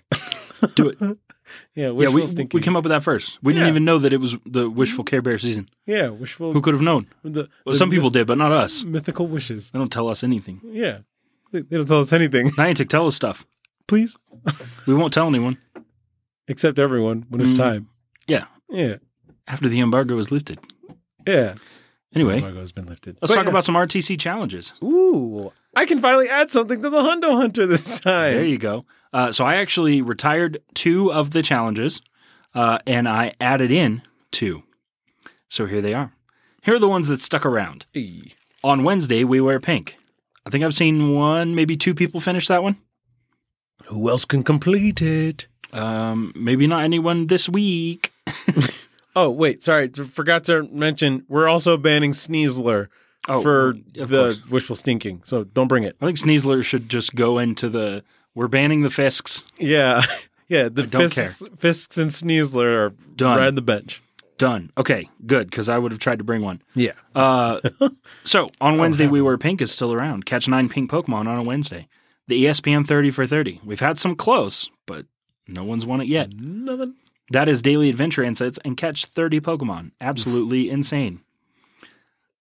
S1: Do it.
S2: yeah, wishful
S1: Yeah, we,
S2: stinking.
S1: we came up with that first. We didn't
S2: Yeah.
S1: even know that it was the Wishful Care Bear season.
S2: yeah, wishful.
S1: Who could have known?
S2: the,
S1: Well,
S2: the
S1: some
S2: myth-
S1: people did, but not us.
S2: mythical wishes.
S1: They don't tell us anything.
S2: Yeah, they they don't tell us anything.
S1: Niantic, tell us stuff.
S2: Please,
S1: We won't tell anyone.
S2: except everyone when it's
S1: Mm.
S2: time.
S1: Yeah,
S2: Yeah,
S1: after the embargo is lifted.
S2: yeah.
S1: Anyway,
S2: Embargo has been lifted.
S1: let's
S2: But
S1: talk
S2: yeah.
S1: about some RTC challenges.
S2: Ooh, I can finally add something to the Hundo Hunter this time.
S1: There you go. Uh, so I actually retired two of the challenges, uh, and I added in two. So here they are. Here are the ones that stuck around.
S2: Hey.
S1: On Wednesday, we wear pink. I think I've seen one, maybe two people finish that one.
S2: Who else can complete it?
S1: Um, maybe not anyone this week.
S2: Oh wait, sorry, t- forgot to mention we're also banning Sneasler
S1: Oh,
S2: for
S1: of
S2: the
S1: course.
S2: wishful stinking. So don't bring it.
S1: I think Sneasler should just go into the. We're banning the Fisks.
S2: Yeah, yeah. The
S1: don't
S2: Fisks, Fisks and Sneasler are
S1: Done.
S2: right on the bench.
S1: Done. Okay, good, because I would have tried to bring one.
S2: Yeah,
S1: Uh, so on Wednesday, We Wear Pink is still around. Catch nine pink Pokemon on a Wednesday. The E ESPN 30 for 30. We've had some close, but no one's won it yet.
S2: Mm. nothing.
S1: That is Daily Adventure Insights and catch 30 Pokemon. Absolutely insane.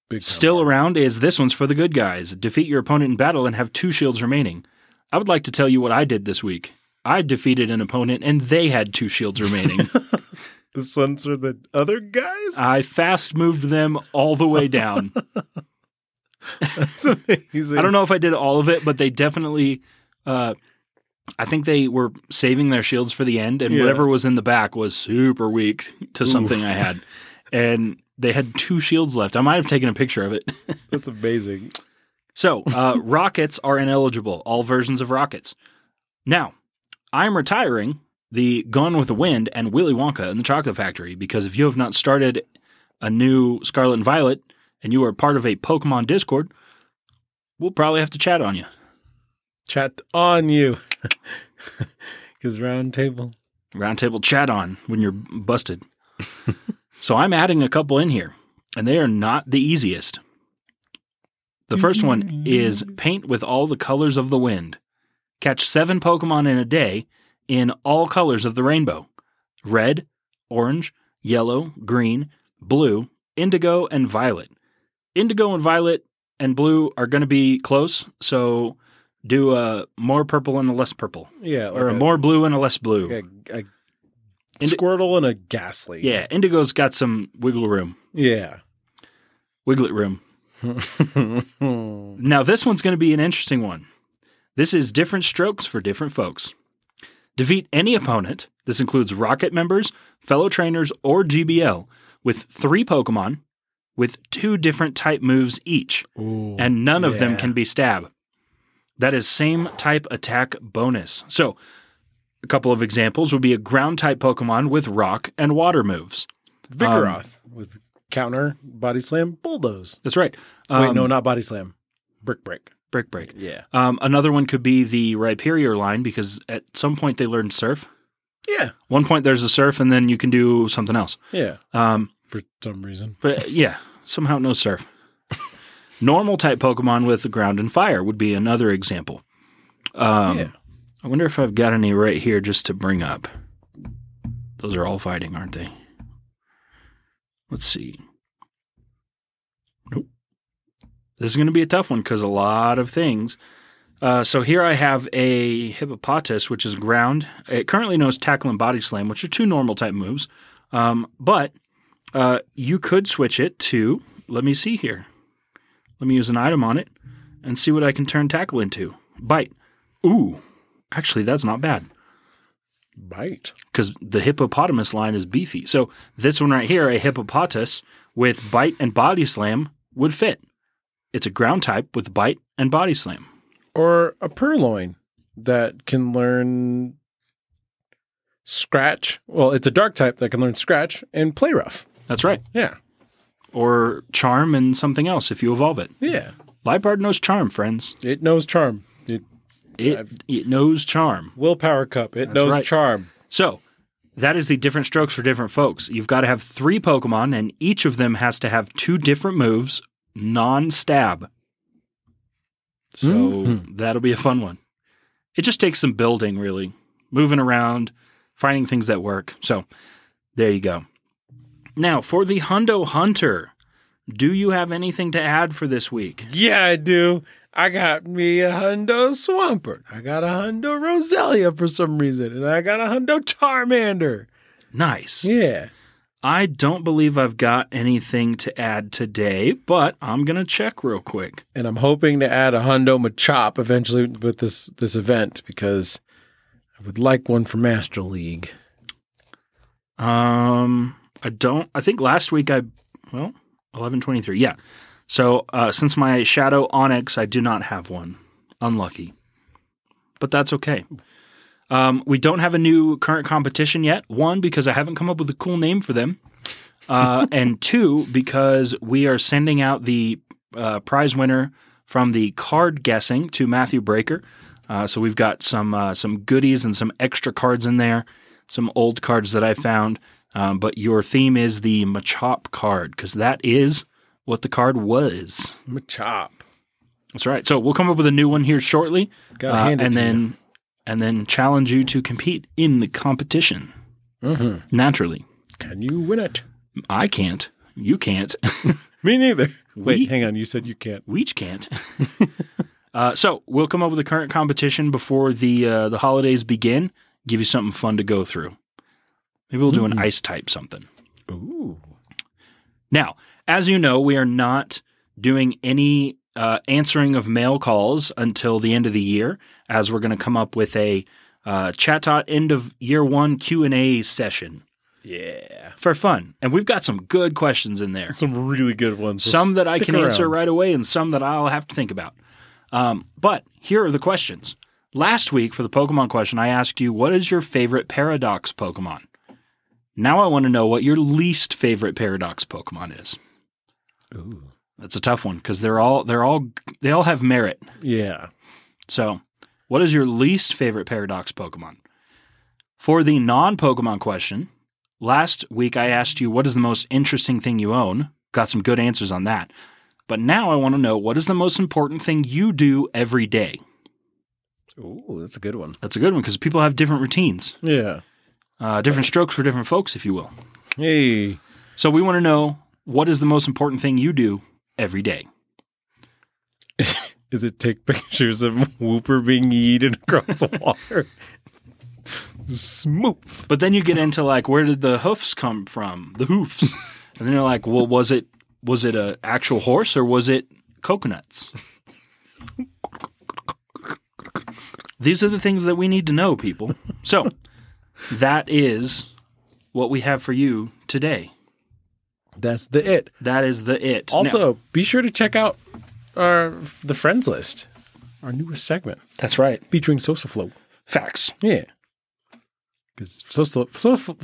S2: Big time.
S1: Still around is this one's for the good guys. Defeat your opponent in battle and have two shields remaining. I would like to tell you what I did this week. I defeated an opponent and they had two shields remaining.
S2: This one's for the other guys.
S1: I fast moved them all the way down.
S2: That's amazing.
S1: I don't know if I did all of it, but they definitely. Uh, I think they were saving their shields for the end, and
S2: Yeah.
S1: whatever was in the back was super weak to something I had, and they had two shields left. I might have taken a picture of it.
S2: That's amazing.
S1: So, uh, rockets are ineligible, all versions of rockets. Now, I'm retiring the Gone with the Wind and Willy Wonka and the Chocolate Factory because if you have not started a new Scarlet and Violet and you are part of a Pokemon Discord, we'll probably have to chat on you.
S2: Chat on you. Because round table.
S1: Roundtable chat on when you're busted. so I'm adding a couple in here, and they are not the easiest. The first one is paint with all the colors of the wind. Catch seven Pokemon in a day in all colors of the rainbow red, orange, yellow, green, blue, indigo, and violet. Indigo and violet and blue are going to be close, so do a more purple and a less purple,
S2: Yeah.
S1: or a
S2: like
S1: more blue and a less blue.
S2: like a, a
S1: Indi-
S2: Squirtle and a Ghastly.
S1: Yeah, Indigo's got some wiggle room,
S2: Yeah.
S1: wiggle room.
S2: oh,
S1: Now, this one's going to be an interesting one. This is different strokes for different folks. Defeat any opponent, this includes Rocket members, fellow trainers, or GBL, with three Pokemon with two different type moves each, and none of them
S2: yeah.
S1: can be stab. That is same type attack bonus. So, a couple of examples would be a ground type Pokemon with rock and water moves.
S2: Vigoroth
S1: um,
S2: with counter, body slam, bulldoze.
S1: That's right.
S2: Wait, no,
S1: Um,
S2: not body slam. Brick break.
S1: Brick break.
S2: Yeah.
S1: Um, another one could be the Rhyperior line because at some point they learned surf.
S2: Yeah.
S1: One point there's a surf, and then you can do something else.
S2: Yeah.
S1: Um,
S2: For some reason.
S1: but yeah, somehow no surf. Normal type Pokemon with ground and fire would be another example. Um,
S2: Yeah.
S1: I wonder if I've got any right here just to bring up. Those are all fighting, aren't they? Let's see. Nope. This is going to be a tough one because a lot of things. Uh, so here I have a Hippopotas, which is ground. It currently knows Tackle and Body Slam, which are two normal type moves. Um, but uh, you could switch it to, let me see here. Let me use an item on it and see what I can turn Tackle into. Bite. Ooh, actually, that's not bad
S2: Bite.
S1: because the hippopotamus line is beefy. So this one right here, a hippopotamus with bite and body slam would fit. It's a ground type with bite and body slam.
S2: Or a purloin that can learn scratch. Well, it's a dark type that can learn scratch and play rough.
S1: That's right.
S2: Yeah.
S1: Or charm and something else if you evolve it.
S2: Yeah.
S1: Liepard knows charm, friends.
S2: It knows charm. It
S1: It, it knows charm.
S2: willpower cup. It knows
S1: right.
S2: charm.
S1: So that is the different strokes for different folks. You've got to have three Pokemon, and each of them has to have two different moves, non stab. So that'll be a fun one. It just takes some building, really, moving around, finding things that work. So there you go. Now, for the Hundo Hunter, do you have anything to add for this week?
S2: Yeah, I do. I got me a Hundo Swampert. I got a Hundo Roselia for some reason. And I got a Hundo Charmander.
S1: Nice.
S2: Yeah.
S1: I don't believe I've got anything to add today, but I'm going to check real quick.
S2: and I'm hoping to add a Hundo Machop eventually with this this event because I would like one for Master League.
S1: Um, I don't. I think last week I well eleven twenty three. Yeah. So uh, since my Shadow Onyx, I do not have one. Unlucky, but that's okay. Um, we don't have a new current competition yet. One because I haven't come up with a cool name for them, uh, and two because we are sending out the uh, prize winner from the card guessing to Matthew Breaker. Uh, so we've got some uh, some goodies and some extra cards in there, some old cards that I found. Um, but your theme is the Machop card because that is what the card was.
S2: Machop.
S1: That's right. So we'll come up with a new one here shortly,
S2: Gotta
S1: uh,
S2: hand it
S1: and
S2: to
S1: then and then challenge you to compete in the competition.
S2: Mm-hmm.
S1: Naturally,
S2: Can you win it?
S1: I can't. You can't.
S2: Me neither. Wait,
S1: We-
S2: hang on. You said you can't.
S1: We each can't. uh, so we'll come up with the current competition before the uh, the holidays begin. Give you something fun to go through. Maybe we'll do an ice type something.
S2: Ooh.
S1: Now, as you know, we are not doing any uh, answering of mail calls until the end of the year, as we're going to come up with a uh, Chatot end of year one Q and A session
S2: Yeah.
S1: for fun, and we've got some good questions in there.
S2: Some really good ones. So
S1: some that I
S2: stick
S1: can answer
S2: around.
S1: right away and some that I'll have to think about. Um, but here are the questions. Last week for the Pokemon question, I asked you what is your favorite Paradox Pokemon. Now I want to know what your least favorite Paradox Pokemon is.
S2: Ooh.
S1: That's a tough one because they're all they're all they all have merit.
S2: Yeah.
S1: So, what is your least favorite Paradox Pokemon? For the non Pokemon question, last week I asked you what is the most interesting thing you own. Got some good answers on that. But now I want to know what is the most important thing you do every day?
S2: Ooh, that's a good one.
S1: That's a good one because people have different routines,
S2: Yeah.
S1: uh, different strokes for different folks, if you will.
S2: Hey.
S1: So, we want to know what is the most important thing you do every day?
S2: Is it take pictures of Whooper being yeeted across water? Smooth.
S1: But then you get into like, where did the hoofs come from? The hoofs, and then you're like, well, was it was it a actual horse or was it coconuts? These are the things that we need to know, people. So that is what we have for you today.
S2: That's the it.
S1: That is the it. Now-
S2: Also, be sure to check out our the friends list, our newest segment
S1: that's right.
S2: featuring Sosa Flow.
S1: Facts.
S2: Yeah, because Sosa Sosa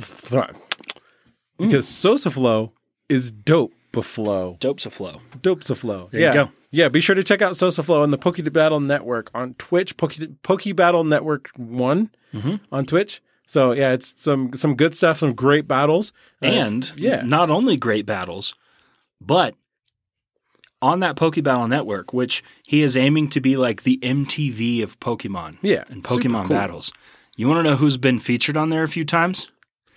S2: because Sosa Flow is dope. Beflow.
S1: Dope's a flow.
S2: Dope's a flow.
S1: you
S2: yeah.
S1: go.
S2: Yeah, be sure to check out Sosa Flow on the Poke Battle Network on Twitch, Poke, Poke Battle Network One
S1: Mm-hmm.
S2: on Twitch. So yeah, it's some some good stuff, some great battles, Uh,
S1: and
S2: yeah,
S1: not only great battles, but on that Pokebattle network, which he is aiming to be like the MTV of Pokemon,
S2: Yeah,
S1: and
S2: super
S1: Pokemon
S2: cool.
S1: battles. You want to know who's been featured on there a few times?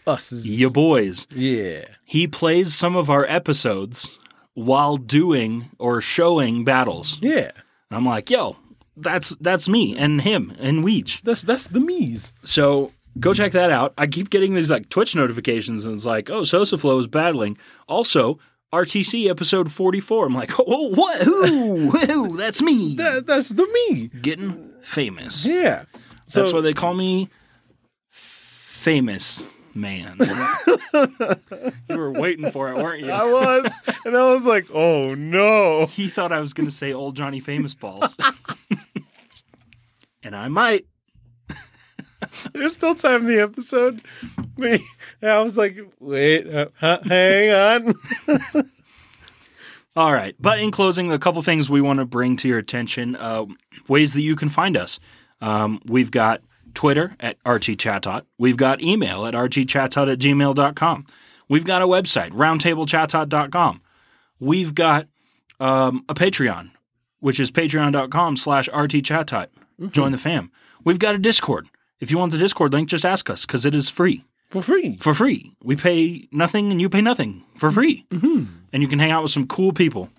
S2: us, is-
S1: Your boys.
S2: yeah,
S1: He plays some of our episodes while doing or showing battles.
S2: yeah.
S1: And I'm like, yo, that's that's me and him and Weej.
S2: That's that's the me's.
S1: So go check that out. I keep getting these like Twitch notifications, and it's like, oh, Sosa Flow is battling. Also, RTC episode 44. I'm like, oh, what? Who? Who? That's me.
S2: That, Uh, that's the me.
S1: Getting famous.
S2: Yeah. So
S1: That's why they call me famous man. you were waiting for it, weren't
S2: I
S1: you?
S2: was, and I was like, oh no.
S1: He thought I was going to say old Johnny Famous Balls. and I might.
S2: There's still time in the episode. And I was like, wait, uh, huh, hang on.
S1: All right. But in closing, a couple things we want to bring to your attention uh, ways that you can find us. Um, we've got Twitter at RTChatot. We've got email at RTChatot at gmail.com. We've got a website, roundtablechatot.com. We've got um, a Patreon, which is patreon.com slash RTChatot. Join the fam. We've got a Discord. If you want the Discord link, just ask us because it is free
S2: For free.
S1: for free. We pay nothing and you pay nothing for free. Mm-hmm. And you can hang out with some cool people.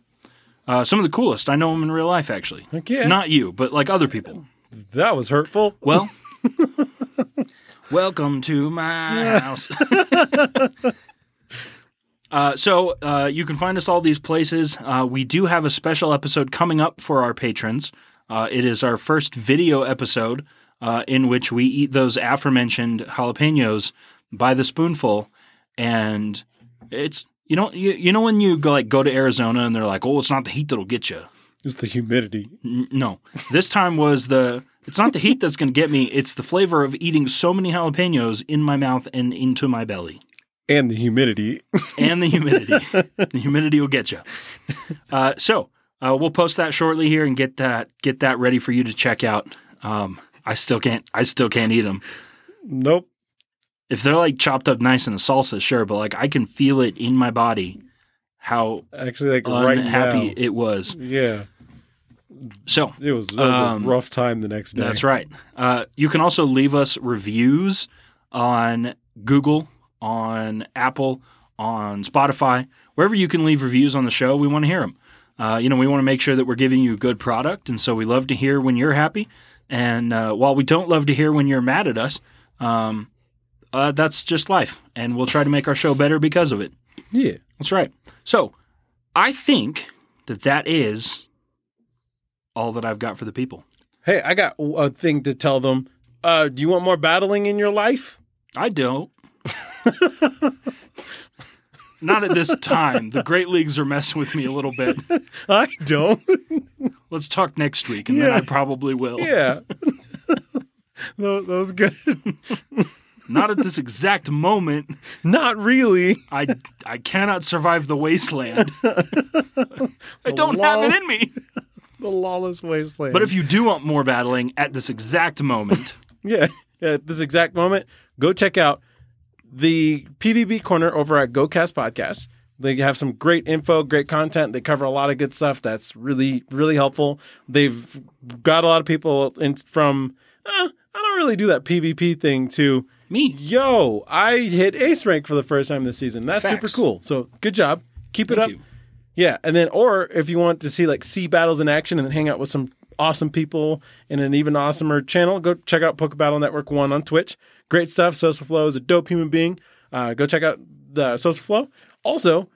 S1: Uh, some of the coolest. I know them in real life, actually.
S2: Heck yeah.
S1: Not you, but like other people.
S2: That was hurtful.
S1: Well, welcome to my house. Uh, so uh, you can find us all these places. Uh, we do have a special episode coming up for our patrons. Uh, it is our first video episode uh, in which we eat those aforementioned jalapenos by the spoonful, and it's you know you, you know when you go, like go to Arizona and they're like, oh, it's not the heat that'll get you.
S2: It's the humidity.
S1: N- No, this time was the. It's not the heat that's going to get me. It's the flavor of eating so many jalapenos in my mouth and into my belly,
S2: And the humidity.
S1: and the humidity. the humidity will get you. Uh, so uh, we'll post that shortly here and get that get that ready for you to check out. Um, I still can't. I still can't eat them.
S2: Nope.
S1: If they're like chopped up nice in a salsa, sure, but like I can feel it in my body how
S2: Actually, like right
S1: unhappy
S2: now.
S1: it was.
S2: Yeah.
S1: So
S2: It was, it was
S1: Um,
S2: a rough time the next day.
S1: That's right. Uh, you can also leave us reviews on Google, on Apple, on Spotify, wherever you can leave reviews on the show. We want to hear them. Uh, you know, we want to make sure that we're giving you good product, and so we love to hear when you're happy. And uh, while we don't love to hear when you're mad at us, um, uh, that's just life, and we'll try to make our show better because of it.
S2: Yeah.
S1: That's right. So, I think that that is all that I've got for the people.
S2: Hey, I got a thing to tell them. Uh, do you want more battling in your life?
S1: I don't. Not at this time. The Great Leagues are messing with me a little bit.
S2: I don't.
S1: Let's talk next week, and then I
S2: Yeah.
S1: probably will.
S2: yeah. Tho- that was good.
S1: Not at this exact moment.
S2: Not really.
S1: I I cannot survive the wasteland. I don't have
S2: lol.
S1: it in me.
S2: The lawless wasteland.
S1: But if you do want more battling at this exact moment,
S2: Yeah. At this exact moment, go check out the PVB corner over at GoCast Podcast. They have some great info, great content. They cover a lot of good stuff that's really, really helpful. They've got a lot of people in from, eh, I don't really do that PvP thing to,
S1: me.
S2: yo, I hit ace rank for the first time this season. That's super
S1: Facts.
S2: cool. So good job. Keep it
S1: Thank
S2: up.
S1: you.
S2: Yeah, and then or if you want to see like sea battles in action and then hang out with some awesome people in an even awesomer channel, go check out Poke Battle Network One on Twitch. Great stuff. Social Flow is a dope human being. Uh, go check out the Social Flow. Also,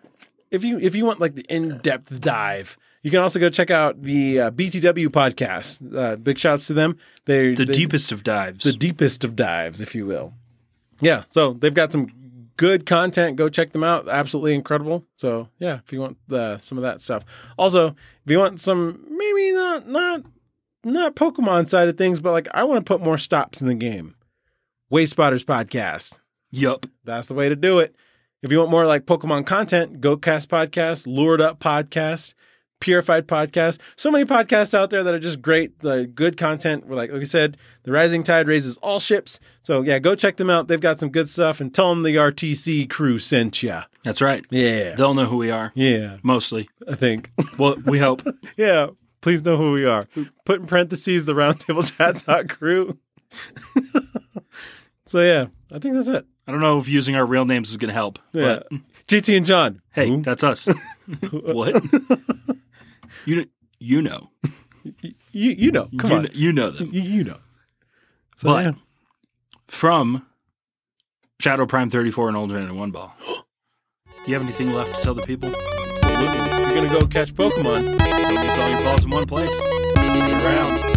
S2: if you if you want like the in depth dive. You can also go check out the uh, BTW podcast. Uh, big shouts to them. They
S1: The
S2: they-
S1: deepest of dives.
S2: the deepest of dives, if you will. Yeah, so they've got some good content. Go check them out. Absolutely incredible. So yeah, if you want the, some of that stuff. Also, if you want some maybe not not not Pokemon side of things, but like I want to put more stops in the game. Waste Spotters podcast.
S1: yup.
S2: That's the way to do it. If you want more like Pokemon content, GoCast Podcast, Lured Up Podcast, Purified Podcast. So many podcasts out there that are just great, like, good content. We're like, like I said, the rising tide raises all ships. So yeah, go check them out. They've got some good stuff and tell them the RTC crew sent ya.
S1: That's right.
S2: Yeah.
S1: They'll know who we are.
S2: Yeah,
S1: Mostly.
S2: I think.
S1: Well, we hope.
S2: yeah. Please know who we are. Put in parentheses the roundtable chat dot crew. so yeah, I think that's it.
S1: I don't know if using our real names is going to help.
S2: Yeah.
S1: But
S2: GT and John.
S1: hey,
S2: Who?
S1: that's us. what? You you know.
S2: you you know. Come
S1: you,
S2: on.
S1: kn- you know them.
S2: you, you know. So
S1: But-
S2: yeah.
S1: From Shadow Prime 34 and Old Gen and One Ball. Do you have anything left to tell the people?
S2: So, Luke, if you're gonna go catch Pokemon.
S1: Don't use all your balls in one place. Stick around.